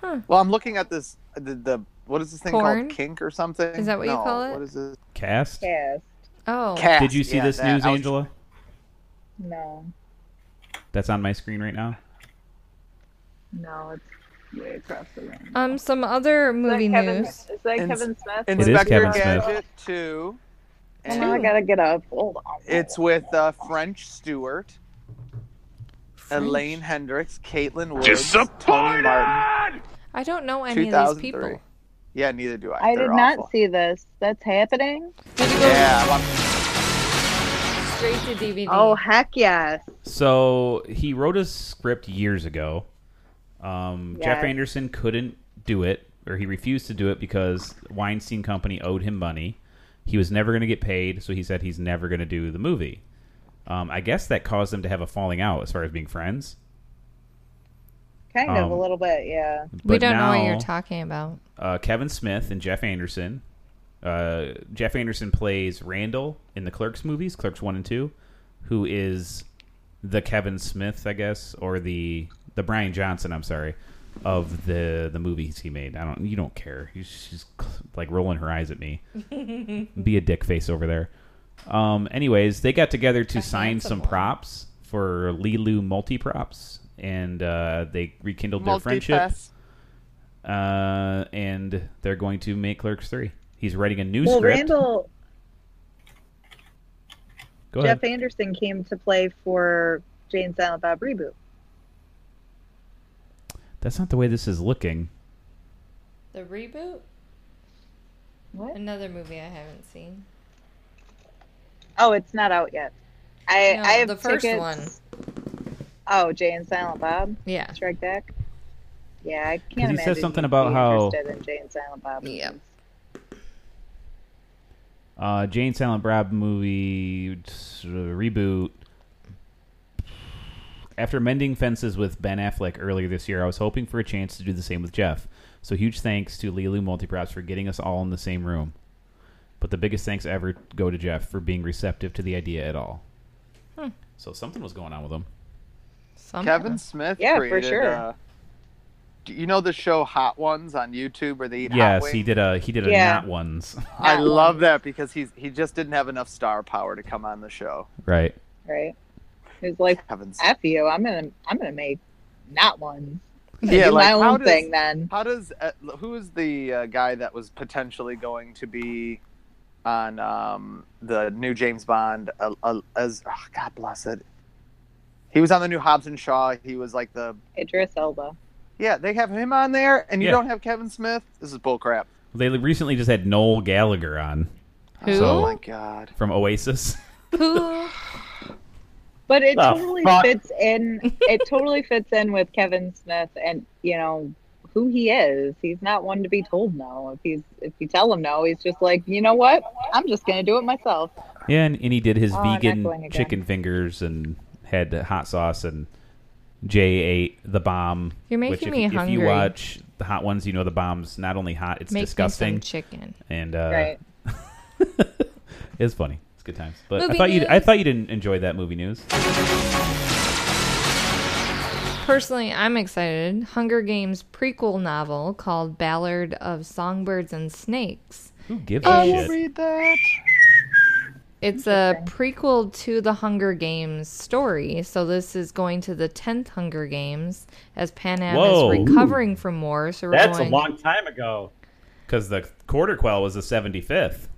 Huh.
Well, I'm looking at this. The, the what is this thing
Porn?
called? Kink or something?
Is that what you
No,
call it?
What is this?
Cast?
Yes,
Oh,
Cast,
Did you see
yeah,
this
that.
news,
I was-
Angela?
no,
That's on my screen right now.
no, it's way across the room.
um, some other movie
Kevin,
news.
Is that
Ins-
Kevin Smith?
is
Inspector
Kevin Smith.
Gadget 2.
oh, now I
And
gotta get up. Hold on.
it's with uh, French Stewart,
French.
Elaine Hendricks, Caitlin Woods, Tony Martin.
I don't know any of these
2003.
people.
Yeah, neither do I.
I
They're
did not
awful.
see this. That's happening.
Did you go
Yeah, well,
straight to DVD?
Oh heck yes!
So he wrote a script years ago. Um, Jeff
Yes.
Anderson couldn't do it, or he refused to do it because Weinstein Company owed him money. He was never going to get paid, so he said he's never going to do the movie. Um, I guess that caused them to have a falling out as far as being friends.
Kind of a
Um,
little bit, yeah.
we
But
don't know what
now-
you're talking about.
uh, Kevin Smith and Jeff Anderson. Uh, Jeff Anderson plays Randall in the Clerks movies, Clerks one and two, who is the Kevin Smith, I guess, or the the Brian Johnson. I'm sorry, of the the movies he made. I don't. You don't care. He's she's like rolling her eyes at me. Be a dick face over there. Um, anyways, they got together to sign
handsome
some
one.
props for Lilu multi props, and uh, they rekindled their friendship
multi-pass.
uh, and they're going to make Clerks three. He's writing a new
Well,
script.
Randall
Go ahead.
Jeff Anderson came to play for Jane Silent Bob reboot.
That's not the way this is looking.
The reboot?
What?
Another movie I haven't seen.
Oh, it's not out yet. I
No,
I have
the first
tickets.
one.
Oh, Jay and Silent Bob
Yeah.
Strike Back. Yeah, I
he said
can't imagine.
something
you'd
about
be
how-
interested in Jay and Silent Bob.
Yeah.
movies.
Uh, Jane Silent Bob movie uh, reboot. After mending fences with Ben Affleck earlier this year, I was hoping for a chance to do the same with Jeff. So huge thanks to Lilu Multiprops for getting us all in the same room. But the biggest thanks ever go to Jeff for being receptive to the idea at all. So something was going on with him.
Somehow.
Kevin Smith.
Yeah, for
created,
sure.
Uh, do you know the show Hot Ones on YouTube where they eat hot
Yes,
wings?
he did a he did a
Yeah.
not ones.
I
Hot
love
Ones.
that because he's he just didn't have enough star power to come on the show.
right.
Right. He's like,
Heavens.
"F you! I'm gonna I'm gonna make not one.
Yeah,
do
like,
my
how
own
does-
thing then."
How does uh, who is the uh, guy that was potentially going to be on um, the new James Bond? Uh, uh, as oh, God bless it, he was on the new Hobbs and Shaw. He was like the
Idris Elba.
yeah. They have him on there, and you
Yeah.
don't have Kevin Smith. This is bullcrap.
They recently just had Noel Gallagher on
Who?
So-
Oh my God.
from Oasis.
Who?
But it
The
totally
fuck?
fits in. It totally fits in with Kevin Smith and you know who he is. He's not one to be told no. If he's if you tell him no, he's just like, you know what? I'm just gonna do it myself.
Yeah, and, and he did his
Oh, I'm echoing
vegan
again.
chicken fingers and had hot sauce and J ate the bomb.
You're making
which if,
me
you- if
hungry.
you watch the hot ones, you know the bomb's not only hot, it's
Make me some
disgusting
chicken.
and uh,
right.
it's funny. It's good times. But
Movie
I thought you I
news.
thought you didn't enjoy that movie news.
Personally, I'm excited. Hunger Games prequel novel called Ballad of Songbirds and Snakes.
Who
Oh,
gives
I
a
will
shit?
Read that.
It's a prequel to the Hunger Games story, so this is going to the 10th Hunger Games as Pan Am
Whoa.
is recovering from war. So we're
That's a
going
long time ago.
Because the quarter quell was the seventy fifth.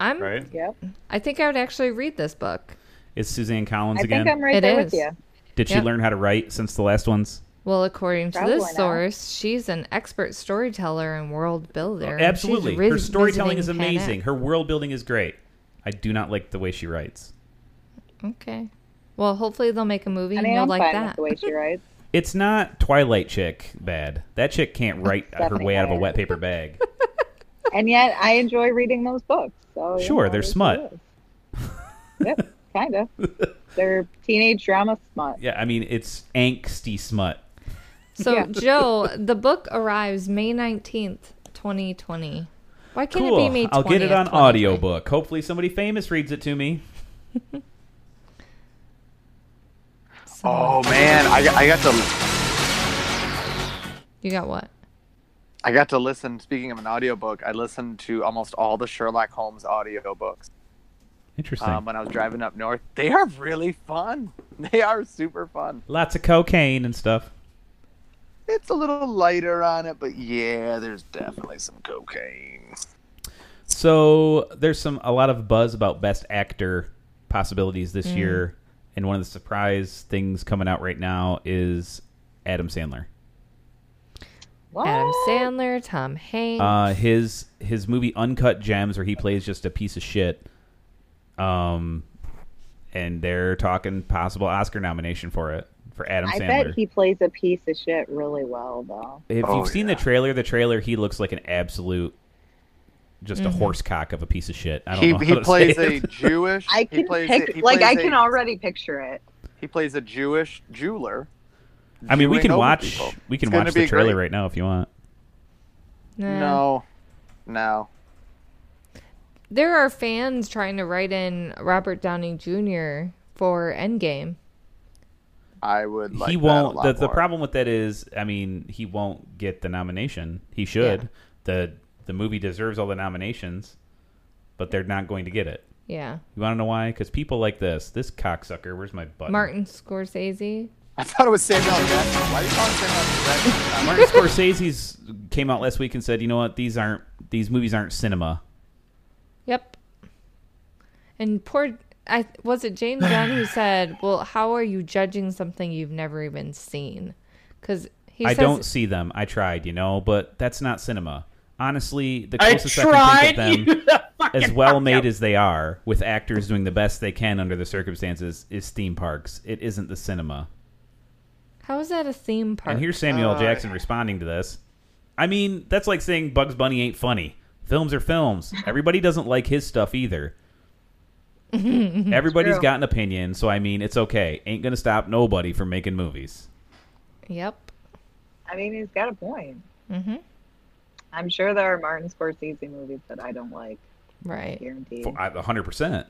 I'm.
right?
Yep.
I think I would actually read this book.
It's Suzanne Collins
I
again.
think I'm right
It
there
is.
with you.
Did she
yeah.
learn how to write since the last ones?
Well, according to
Probably
this
not.
source, she's an expert storyteller and world builder. and she's
Oh, Absolutely.
re-
Her storytelling
visiting
is
Pan
amazing.
Am.
Her world building is great. I do not like the way she writes.
Okay. Well, hopefully they'll make a movie
I
and,
mean,
you'll
I'm
like
fine
that.
with the way she writes.
It's not Twilight chick bad. That chick can't write her
Stephanie
way out of a
Meyer.
wet paper bag.
and yet, I enjoy reading those books. So you
Sure,
know,
they're
it is
smut.
what it is. yep, kind of. They're teenage drama smut.
yeah, I mean it's angsty smut.
So,
Yeah.
Joe, the book arrives May 19th, 2020. Why can't
Cool.
it be May 20th?
I'll get it on
2020?
audiobook. Hopefully somebody famous reads it to me.
Oh man, I, got- I got to
You got what?
I got to listen. Speaking of an audiobook, I listened to almost all the Sherlock Holmes audiobooks
Interesting.
um, when I was driving up north. They are really fun. They are super fun.
Lots of cocaine and stuff.
It's a little lighter on it, but yeah, there's definitely some cocaine.
So there's some a lot of buzz about best actor possibilities
Mm.
this year, and one of the surprise things coming out right now is Adam Sandler.
What?
Adam Sandler, Tom Hanks.
Uh, his his movie Uncut Gems, where he plays just a piece of shit. Um, and they're talking possible Oscar nomination for it for Adam
I
Sandler.
bet he plays a piece of shit really well, though.
if
Oh,
you've seen
yeah.
the trailer, the trailer he looks like an absolute, just
Mm-hmm.
a horse cock of a piece of shit. I don't
He,
know.
he
how to
plays
say
a
it.
Jewish.
I
he
can
plays
pic-
a, he
like I
plays
can
a-
already picture it.
He plays a Jewish jeweler.
I mean, we
Jewing
can
over
watch
people.
we can
It's gonna
watch the
be
trailer
great.
right now if you want.
No, no.
There are fans trying to write in Robert Downey Jr. for Endgame.
I would. Like
he
that A
won't.
lot
The, the
more.
problem with that is, I mean, he won't get the nomination. He should. the The movie deserves all the nominations, but they're not going to get it.
Yeah.
You want to know why? Because people like this. This cocksucker. Where's my button?
Martin Scorsese.
I thought it was Samuel L. Jackson. Why are you calling Samuel L. Jackson?
Martin Scorsese's came out last week and said, "You know what? These aren't these movies aren't cinema."
Yep. And poor, I was it James Gunn who said, "Well, how are you judging something you've never even seen?" Because he
I
says,
don't see them. I tried, you know, but that's not cinema. Honestly, the
I
closest I,
tried.
can think of them.
you fucking
as well
fuck
made
up.
as they are, with actors doing the best they can under the circumstances, is theme parks. It isn't the cinema.
"How is that a theme park?"
And here's Samuel
uh,
L. Jackson responding to this. I mean, that's like saying Bugs Bunny ain't funny. Films are films. Everybody doesn't like his stuff either. Everybody's
True.
got an opinion, so I mean, it's okay. Ain't gonna stop nobody from making movies.
yep.
I mean, he's got a point.
hmm
I'm sure there are Martin Scorsese movies that I don't like,
Right.
guaranteed.
For- I- a hundred percent,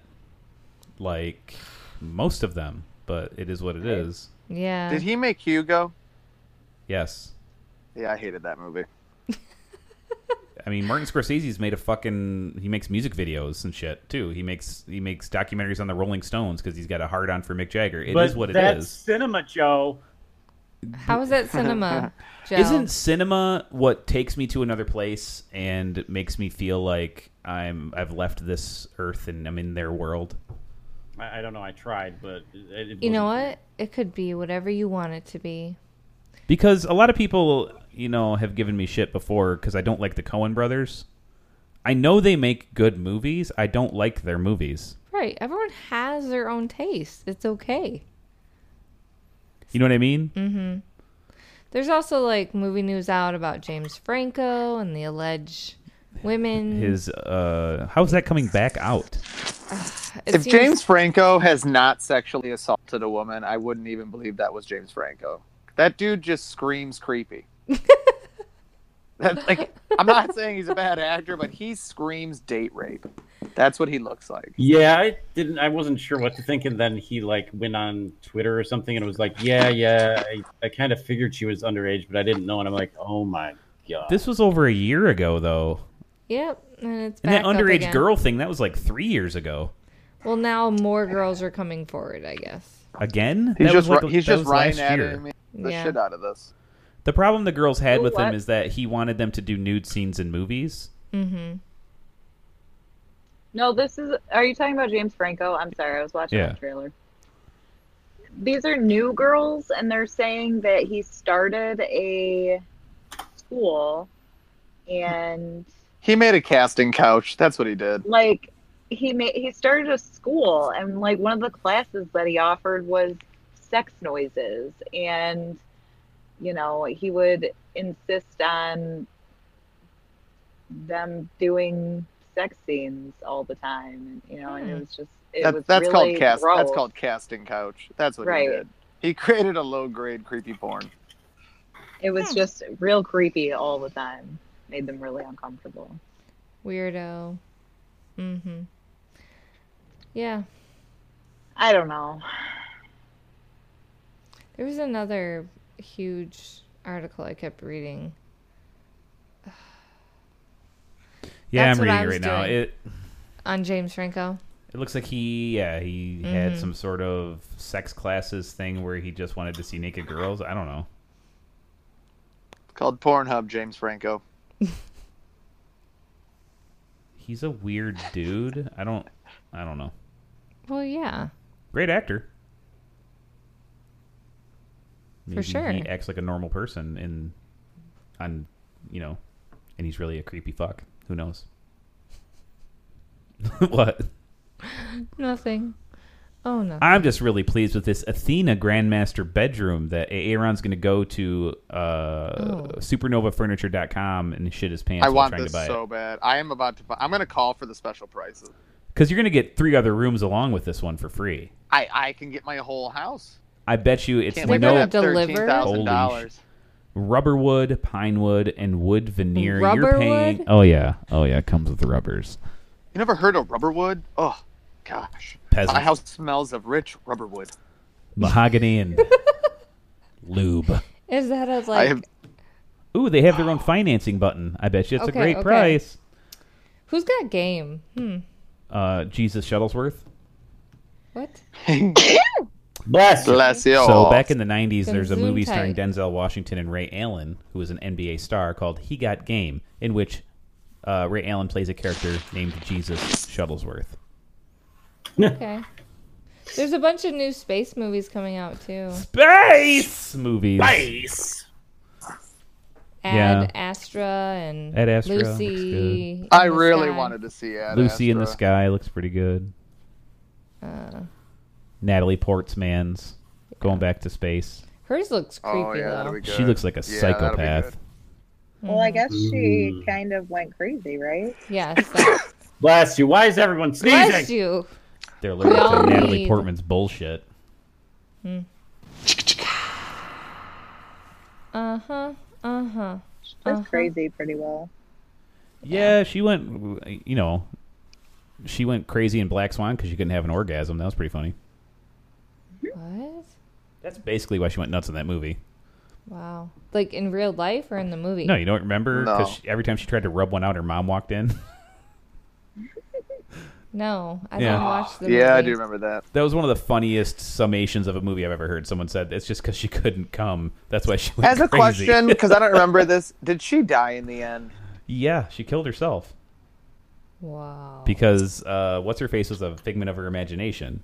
like most of them. But it is what it is.
Yeah.
Did he make Hugo?
Yes.
Yeah, I hated that movie.
I mean, Martin Scorsese's made a fucking. He makes music videos and shit too. He makes he makes documentaries on the Rolling Stones because he's got a hard on for Mick Jagger. It is
but
what it
that's
is.
Cinema Joe.
How is that cinema? Joe?
Isn't cinema what takes me to another place and makes me feel like I'm I've left this earth and I'm in their world?
I, I don't know. I tried, but it, it
you know
wasn't-
what? It could be whatever you want it to be.
Because a lot of people, you know, have given me shit before because I don't like the Coen brothers. I know they make good movies. I don't like their movies.
Right. Everyone has their own taste. It's okay.
You know what I mean?
Mm-hmm. There's also like movie news out about James Franco and the alleged women.
His uh, how's that coming back out?
It
if
seems-
James Franco has not sexually assaulted a woman, I wouldn't even believe that was James Franco. That dude just screams creepy. That's like I'm not saying he's a bad actor, but he screams date rape. That's what he looks like.
Yeah, I didn't. I wasn't sure what to think, and then he like went on Twitter or something, and was like, "Yeah, yeah, I, I kind of figured she was underage, but I didn't know." And I'm like, "Oh my god!"
This was over a year ago, though.
Yep, and it's
And
back
that
up
underage
again.
girl thing, that was like three years ago.
Well, now more girls are coming forward, I guess.
Again?
He's
That was
just
like-
ri- he's
that
just
was
Ryan
last year.
Adaming the
Yeah.
shit out of this.
The problem the girls had
Ooh,
with him
what?
is
Mm-hmm.
that he wanted them to do nude scenes in movies.
No, this is. Are you talking about James Franco? I'm sorry, I was watching
Yeah.
the trailer. These are new girls, and they're saying that he started a school, and
He made a casting couch. That's what he did.
like he made he started a school, and like one of the classes that he offered was sex noises, and you know he would insist on them doing sex scenes all the time, you know, and it was just. It was
That, that's
really
called cast. That's
gross.
called casting couch. That's what
Right.
he did. He created a low grade creepy porn.
It was just real creepy all the time. Made them really uncomfortable.
Weirdo. Mm-hmm. Yeah.
I don't know.
There was another huge article I kept reading.
Yeah,
That's
I'm
what
reading
I
it
was
right now.
doing.
It
On James Franco.
it looks like he yeah he had some sort of sex classes thing where he just wanted to see naked girls. I don't know.
Called Pornhub. James Franco.
He's a weird dude. I don't I don't know.
Well, yeah.
Great actor. Maybe
sure.
He acts like a normal person and on you know, and he's really a creepy fuck. Who knows? what?
Nothing. Oh, no.
I'm just really pleased with this Athena Grandmaster bedroom that Aaron's going to go to
Oh.
uh, supernovafurniture.com and shit his pants
I
while
want
trying
this
to buy
so bad. I am about to. Buy, I'm going to call for the special prices.
Because you're going to get three other rooms along with this one for free.
I I can get my whole house.
I bet you it's
Can't
They're
wait
no
for
gonna
that thirteen
deliver?
thousand dollars.
rubber wood, pine wood, and wood veneer.
Rubber
You're paying.
wood?
Oh yeah, oh yeah. It comes with rubbers.
You never heard of rubberwood? Oh, gosh.
Peasant.
My house smells of rich rubberwood.
mahogany, and lube.
Is that a,
I
like,
have
Ooh, they have their own financing button. I bet you it's
Okay,
a great
okay.
price.
who's got game? Hmm.
Uh, Jesus Shuttlesworth.
What?
Bless.
bless you.
So back in the '90s,
Some
there's a
Zoom
movie starring
type.
Denzel Washington and Ray Allen, who is an NBA star, called "He Got Game," in which uh, Ray Allen plays a character named Jesus Shuttlesworth.
Okay. There's a bunch of new space movies coming out, too.
Space movies.
Nice.
Yeah.
Ad Astra and
Ad Astra looks
Lucy. in
I
the
really
Sky.
wanted to see Ad
Lucy in the
Astra.
Sky looks pretty good.
Uh.
Natalie Portman's going back to space.
Hers looks creepy
Oh yeah,
though.
that'd be good.
She looks like a
Yeah, that'd be
psychopath.
good.
Well, I guess
Hmm.
she kind of went crazy, right?
Yes. that-
Bless you. Why is everyone sneezing?
Bless you.
They're allergic
Y'all
to Natalie
need-
Portman's bullshit.
Uh huh. Uh huh.
She was crazy pretty well.
Yeah, she went. You know, she went crazy in Black Swan because she couldn't have an orgasm. That was pretty funny.
What?
That's basically why she went nuts in that movie.
Wow. Like in real life or in the movie?
No, you don't remember
No.
because every time she tried to rub one out, her mom walked in.
No, I
Yeah.
don't watch the.
Yeah, I
movie.
do remember that.
that was one of the funniest summations of a movie I've ever heard. Someone said it's just because she couldn't come. That's why she went
As a
crazy."
question, because I don't remember this, did she die in the end?
yeah, she killed herself
Wow.
because uh, what's her face was a figment of her imagination.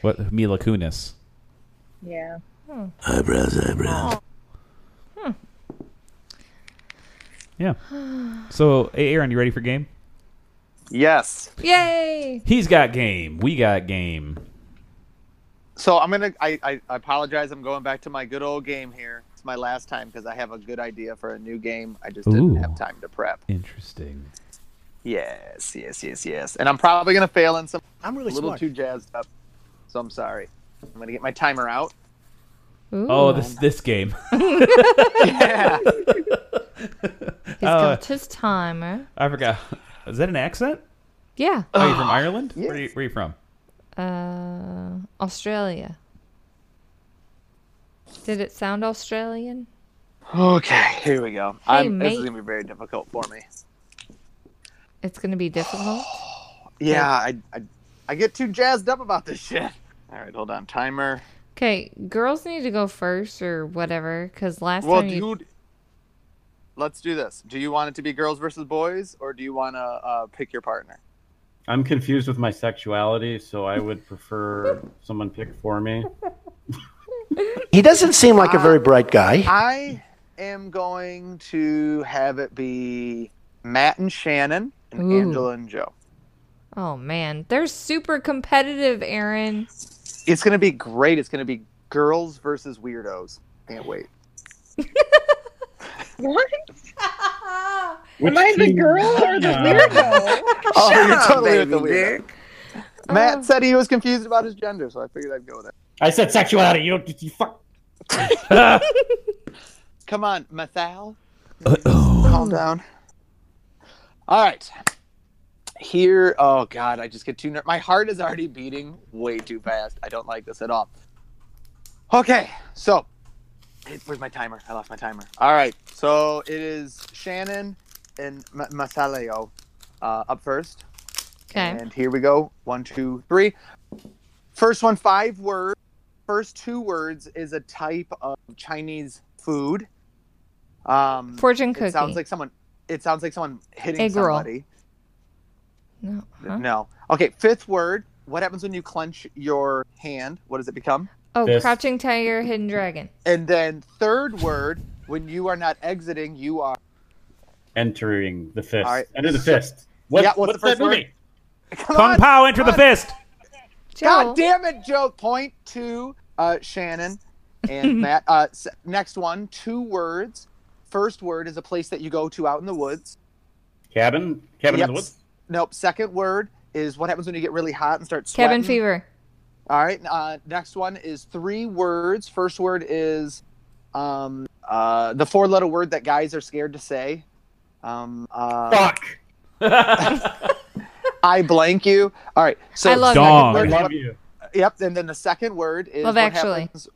What Mila Kunis?
Yeah.
Yeah. So, hey, Aaron, you ready for game?
Yes.
Yay!
He's got game. We got game.
So I'm gonna. I, I, I apologize. I'm going back to my good old game here. It's my last time because I have a good idea for a new game. I just didn't
Ooh.
have time to prep.
Interesting.
Yes, yes, yes, yes. And I'm probably gonna fail in some. I'm really a little too jazzed up. So I'm sorry. I'm gonna get my timer out.
Ooh,
Oh, this this game.
Yeah.
uh,
he's got his timer.
I forgot. Is that an accent?
Yeah.
Are you from Ireland? Where, are you, where are you from?
Uh, Australia. Did it sound Australian?
okay. Here we go. I'm, this is
mate.
gonna be very difficult for me.
It's gonna be difficult.
Yeah. I, I I get too jazzed up about this shit. All right. Hold on. Timer.
Okay, girls need to go first or whatever, because last
Well,
time you
dude, let's do this. Do you want it to be girls versus boys, or do you want to uh, pick your partner?
I'm confused with my sexuality, so I would prefer someone pick for me.
He doesn't seem like a very bright guy.
I am going to have it be Matt and Shannon and
Ooh.
Angela and Joe.
Oh man, they're super competitive, Aaron.
It's going to be great. It's going to be girls versus weirdos. Can't wait.
What?
Which
Am I the
team-
girl or the
Yeah.
weirdo?
Oh, you're totally
baby
with the weirdo.
dick.
Oh.
Matt said he was confused about his gender, so I figured I'd go with it.
I said sexuality. You don't. You fuck.
Come on, Mathal. Calm down. All right. Here, oh god, I just get too ner- my heart is already beating way too fast. I don't like this at all. Okay, so it- where's my timer? I lost my timer. All right, so it is Shannon and M- Masaleo uh, up first.
Okay.
And here we go. One, two, three. First one, five words. First two words is a type of Chinese food. Um,
Fortune
it
cookie.
sounds like someone. It sounds like someone hitting
Egg roll.
somebody.
no. huh?
No. Okay. Fifth word. What happens when you clench your hand? What does it become?
Oh,
Fist.
crouching tiger, hidden dragon.
And then third word. When you are not exiting, you are.
Entering the fist.
All right.
Enter the fist. What,
Yeah, what's the first
that movie?
Come
Kung
on.
Pao, enter the fist.
Joe.
God damn it, Joe. Point to uh, Shannon and Matt. Uh, s- next one. Two words. First word is a place that you go to out in the woods.
Cabin. Cabin
Yep.
in the woods.
Nope. Second word is what happens when you get really hot and start sweating.
Cabin fever.
All right. Uh, next one is three words. First word is um, uh, the four letter word that guys are scared to say. Um, uh,
Fuck.
I blank you. All right. So
I love
Dong.
second
I
word-
love you.
Yep. And then the second word is
Love
what
Actually.
happens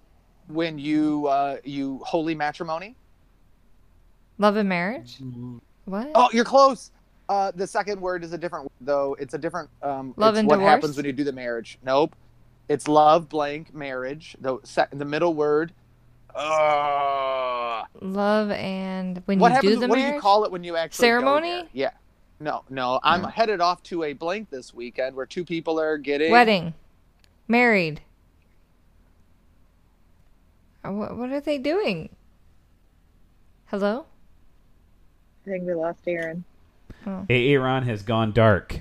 when you uh, you holy matrimony.
Love and marriage. What?
Oh, you're close. Uh, the second word is a different word, though. It's a different. Um,
Love
it's
and
what
divorce?
happens when you do the marriage? Nope. It's love blank marriage. The sec- the middle word. Uh,
Love and when
what
you
happens?
do the
what
marriage.
do you call it when you actually go
Ceremony?
there? Yeah. No, no. I'm headed off to a blank this weekend where two people are getting
Wedding. Married. Uh, What, what are they doing? Hello?
I think we lost Aaron.
Aaron has gone dark.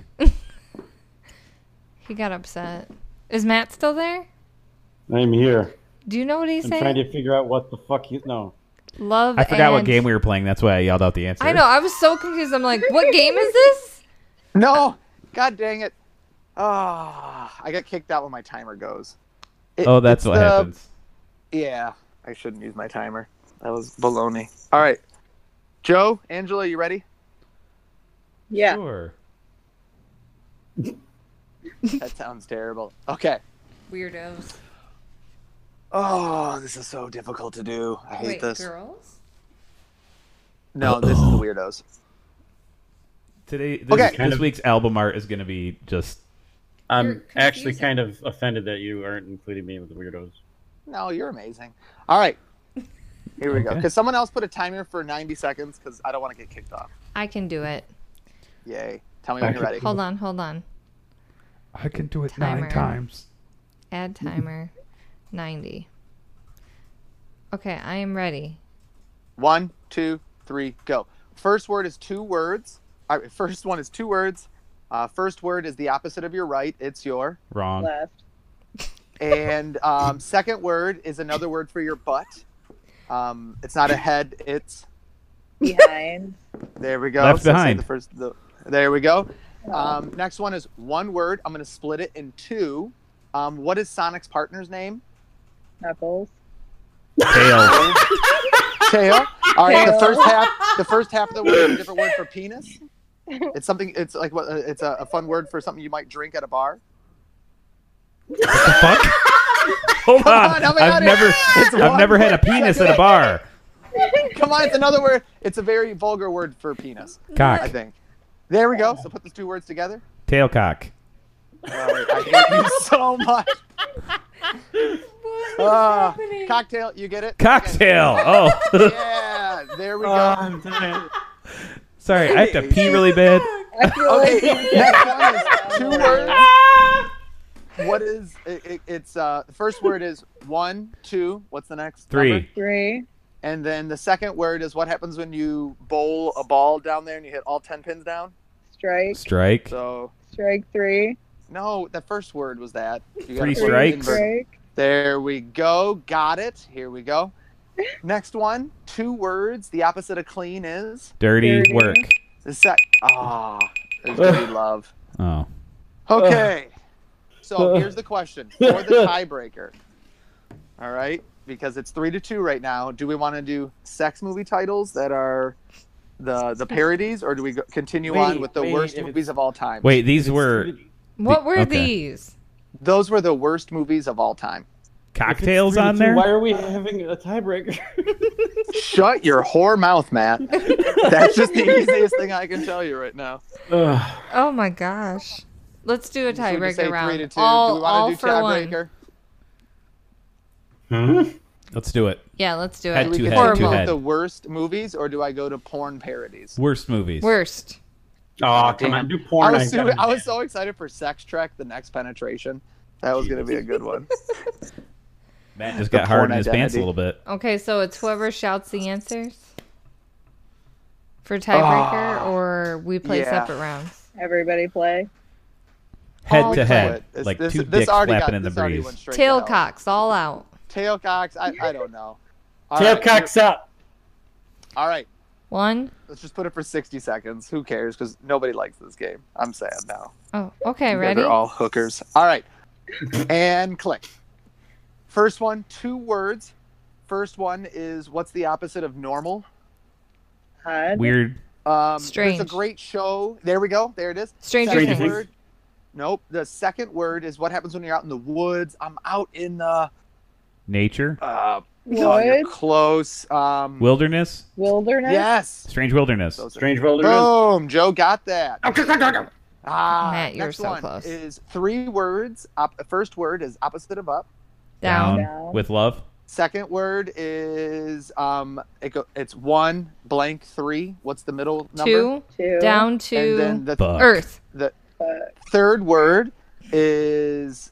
He got upset. Is Matt still there?
I'm here.
Do you know what he
I'm
said?
trying to figure out what the fuck you know.
Love
I forgot what
and-
game we were playing. That's why I yelled out the answer.
I know. I was so confused. I'm like, what game is this?
No, god dang it! Ah, I got kicked out when my timer goes. It-
Oh, that's
it's
what
the-
happens.
Yeah, I shouldn't use my timer. That was baloney. All right, Joe, Angela, you ready?
Yeah.
Sure.
That sounds terrible. Okay.
Weirdos.
Oh, this is so difficult to do. I hate
Wait,
this.
girls?
No, this is the weirdos.
Today, this,
Okay.
this
Kind of-
week's album art is going to be just.
You're
I'm actually
confusing.
kind of offended that you aren't including me with the weirdos.
No, you're amazing. All right. Here we go.
Okay.
Because someone else put a timer for 90 seconds because I don't want to get kicked off.
I can do it.
Yay. Tell me when you're ready.
Hold on, hold on.
I can do it
nine Timer.
times.
Add timer 90. Okay, I am ready.
One, two, three, go. First word is two words. All right, first one is two words. Uh, first word is the opposite of your right. It's your.
Wrong.
Left.
And um, second word is another word for your butt. Um, it's not a head. It's
Behind.
There we go.
Left
say
behind.
The first, the, there we go. Um, next one is one word. I'm going to split it in two. Um, what is Sonic's partner's name?
Knuckles.
Fail.
Tail. All right. The
Tail.
first half. The first half of the word is a different word for penis. It's something. It's like what? It's a, a fun word for something you might drink at a bar.
the fuck? Hold
Come
on.
on, help me
I've
out here.
never,
It's
I've
one
never had a
word.
penis at a bar.
Come on, it's another word. It's a very vulgar word for penis. I
Cock.
think. There we go. So put those two words together.
Tail cock.
All right, I hate you so much. Ah, cocktail. You get it.
Cocktail. Oh.
Yeah, There we go.
Um, Sorry, I have to pee really bad.
okay, next one is two words. What is it, it, it's uh the first word is one, two, what's the next? number?
Three.
Three.
And then the second word is what happens when you bowl a ball down there and you hit all ten pins down?
Strike.
Strike.
So
Strike three.
no, the first word was that. You gotta
Three
put it in
strikes.
verb.
Strike.
There we go. Got it. Here we go. Next one, two words. The opposite of clean is
Dirty
Dirty.
work.
the sec. Ah, there's dirty love.
Oh.
Okay. So
Ugh.
here's the question for the tiebreaker. All right, because it's three to two right now. Do we want to do sex movie titles that are the the parodies, or do we go, continue on
Wait,
with the
wait,
worst
if
movies of all time?
Wait, these were
What were
okay.
these?
those were the worst movies of all time.
cocktails on there?
Why are we having a tiebreaker?
Shut your whore mouth, Matt. That's just the easiest thing I can tell you right now.
Ugh.
Oh my gosh.
Let's do a
So we just say
tiebreaker
Three
round.
to two. do we
All,
wanna
all
do
for one.
tiebreaker?
Hmm?
Let's do it.
Yeah, let's do
Had
it.
Two
we
head,
continue
two
with
head.
the worst movies, or do I go to porn parodies?
Worst movies.
Worst.
Aw, come on, do
I
porn.
was,
I
so, I was so excited for Sex Trek, the next penetration. That was going to be a good one.
Matt just
The
got hard
porn
in his pants a
identity.
little bit.
Okay, so it's whoever shouts the answers for tiebreaker, or we play
Ah, yeah.
separate rounds.
Everybody play.
Head
All
to
we
head.
But this-
like
this-
two
this
dicks
already got-
flapping in the
this already
breeze.
went straight to hell.
Tailcocks all out.
Tailcocks. I, I don't know. All
Tail
right,
cocks up.
All right.
One.
Let's just put it for 60 seconds. Who cares? Because nobody likes this game. I'm sad now.
Oh, okay,
You guys
ready?
are all hookers. All right. and click. First one, two words. First one is what's the opposite of normal?
Hud.
Weird.
Um,
Strange.
There's a great show. There we go. There it is.
Stranger
Stranger
Things.
Things.
word. Nope. The second word is what happens when you're out in the woods. I'm out in the.
Nature.
Uh, oh, you're
Woods.
close. Um,
Wilderness.
Wilderness.
yes.
Strange wilderness.
Those are-
Strange Wilderness.
Boom. Joe got that. Ah,
Matt, you were
next
so
one
close.
Is three words. Op- first word is opposite of up.
Down.
Down.
With love.
Second word is um. It go- it's one blank three. What's the middle number?
Two.
Two.
Down
And then
to
the
Fuck.
Earth.
Fuck.
third word is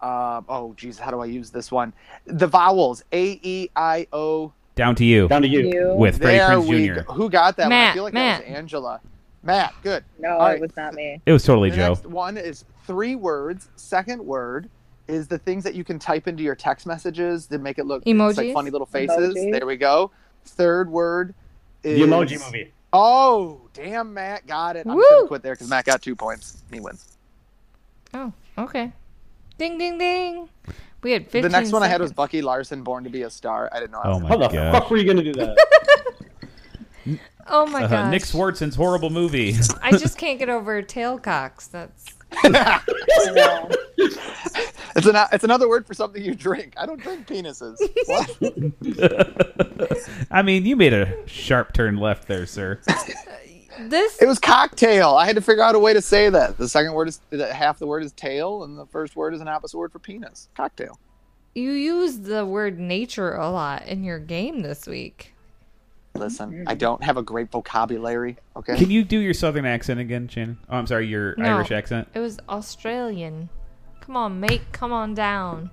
um oh geez how do i use this one the vowels a e i o
Down to you.
Down to you.
You.
With Freddie
there
Prinze
we
Jr.
go. who got that one i
Matt,
feel like that
Matt.
was angela matt good
No,
All right.
it was not me.
It was totally
the
Joe.
next one is three words second word is the things that you can type into your text messages to make it look it's
Emojis?
like funny little faces
Emojis.
there we go third word
The
is
emoji movie.
oh damn matt got it i'm just gonna
Woo!
quit there because matt got two points he wins
Oh, okay. Ding, ding, ding. We had 15
the next one I had was
seconds.
Bucky Larson, Born to be a Star. I didn't know. I
Oh
was-
my
How the
god.
fuck were you gonna do that?
Oh my
Uh-huh,
gosh.
Uh-huh. Nick Swartzen's horrible movie.
I just can't get over tailcocks. That's
No.
It's an, it's another word for something you drink. I don't drink penises. What?
I mean, you made a sharp turn left there, sir.
this
it was cocktail. I had to figure out a way to say that. The second word is the, half the word is tail, and the first word is an opposite word for penis. Cocktail.
you use the word nature a lot in your game this week.
Listen, I don't have a great vocabulary. Okay.
Can you do your southern accent again, Shannon? Oh, I'm sorry, your
No.
Irish accent.
It was Australian. Come on, mate, come on down.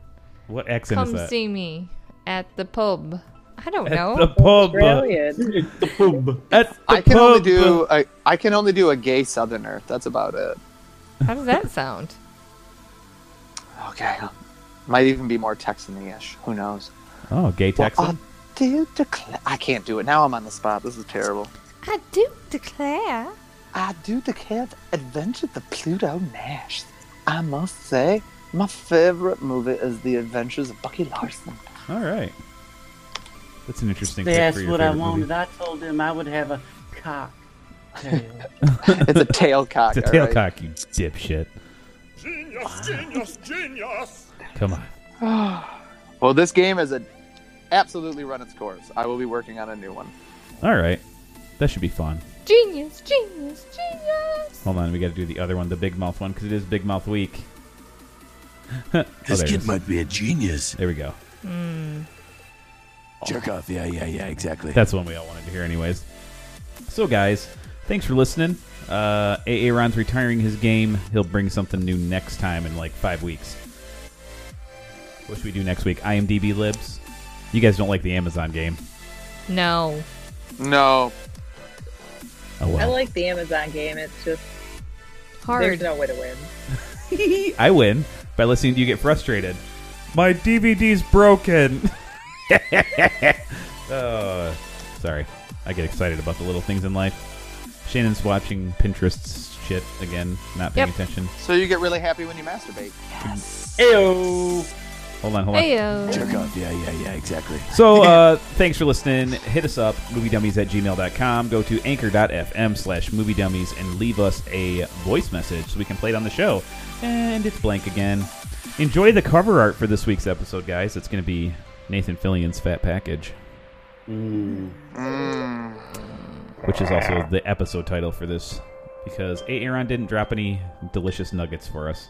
What accent is
Come
that?
see me at the pub. I don't
At
know.
the pub.
Brilliant.
It's the boob.
At the
I can
pub.
only do a, I can only do a gay Southerner. That's about it.
How does that sound?
Okay. Might even be more Texan-ish. Who knows?
Oh, gay Texan.
Well, I do declare- I can't do it now. I'm on the spot. This is terrible.
I do declare.
I do declare the Adventure of the Pluto Nash. I must say, my favorite movie is The Adventures of Bucky Larson.
All right. That's an interesting. pick for your favorite movie.
I told him I would have a cock.
It's a tailcock.
It's a tailcock, you dipshit. Come on.
Well, this game is a absolutely run its course. I will be working on a new one.
All right. That should be fun.
Genius, genius, genius.
Hold on, we got to do the other one, the big mouth one, because it is big mouth week. oh, there,
This
it
kid
is.
might be a genius.
there we go.
Jerk off. Yeah, yeah, yeah, exactly.
That's one we all wanted to hear, anyways. So, guys, thanks for listening. Uh, AA Ron's retiring his game. He'll bring something new next time in like five weeks. What should we do next week? IMDb libs. You guys don't like the Amazon game.
No.
No.
Oh, well.
I like the Amazon game. It's just there's
Hard.
no way to win.
I win by listening to you get frustrated. My DVD's broken. oh, sorry. I get excited about the little things in life. Shannon's watching Pinterest shit again, not paying
Yep.
attention.
So you get really happy when you masturbate.
Ayo.
Hold on, hold on.
Heyo.
Jerk off. Yeah, yeah, yeah, exactly.
So, uh, thanks for listening. Hit us up, moviedummies at gmail.com. Go to anchor.fm slash moviedummies and leave us a voice message so we can play it on the show. And it's blank again. Enjoy the cover art for this week's episode, guys. It's going to be Nathan Fillion's Fat Package,
Mm.
which is also the episode title for this because A. Aaron didn't drop any delicious nuggets for us.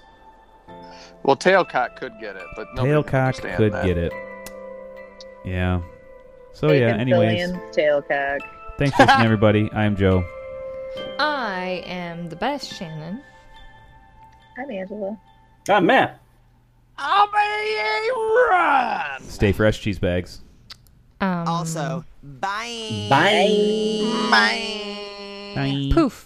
Well, tailcock could get it, but nobody would
Tailcock
understand
could
that.
get it. Yeah. So, Oh, yeah,
Bacon
anyways,
Billion's tailcock.
thanks for listening, everybody. I'm Joe.
I am the best, Shannon.
I'm Angela.
Ah, Matt.
Stay fresh, cheese bags.
Um,
Also, bye.
Bye.
poof.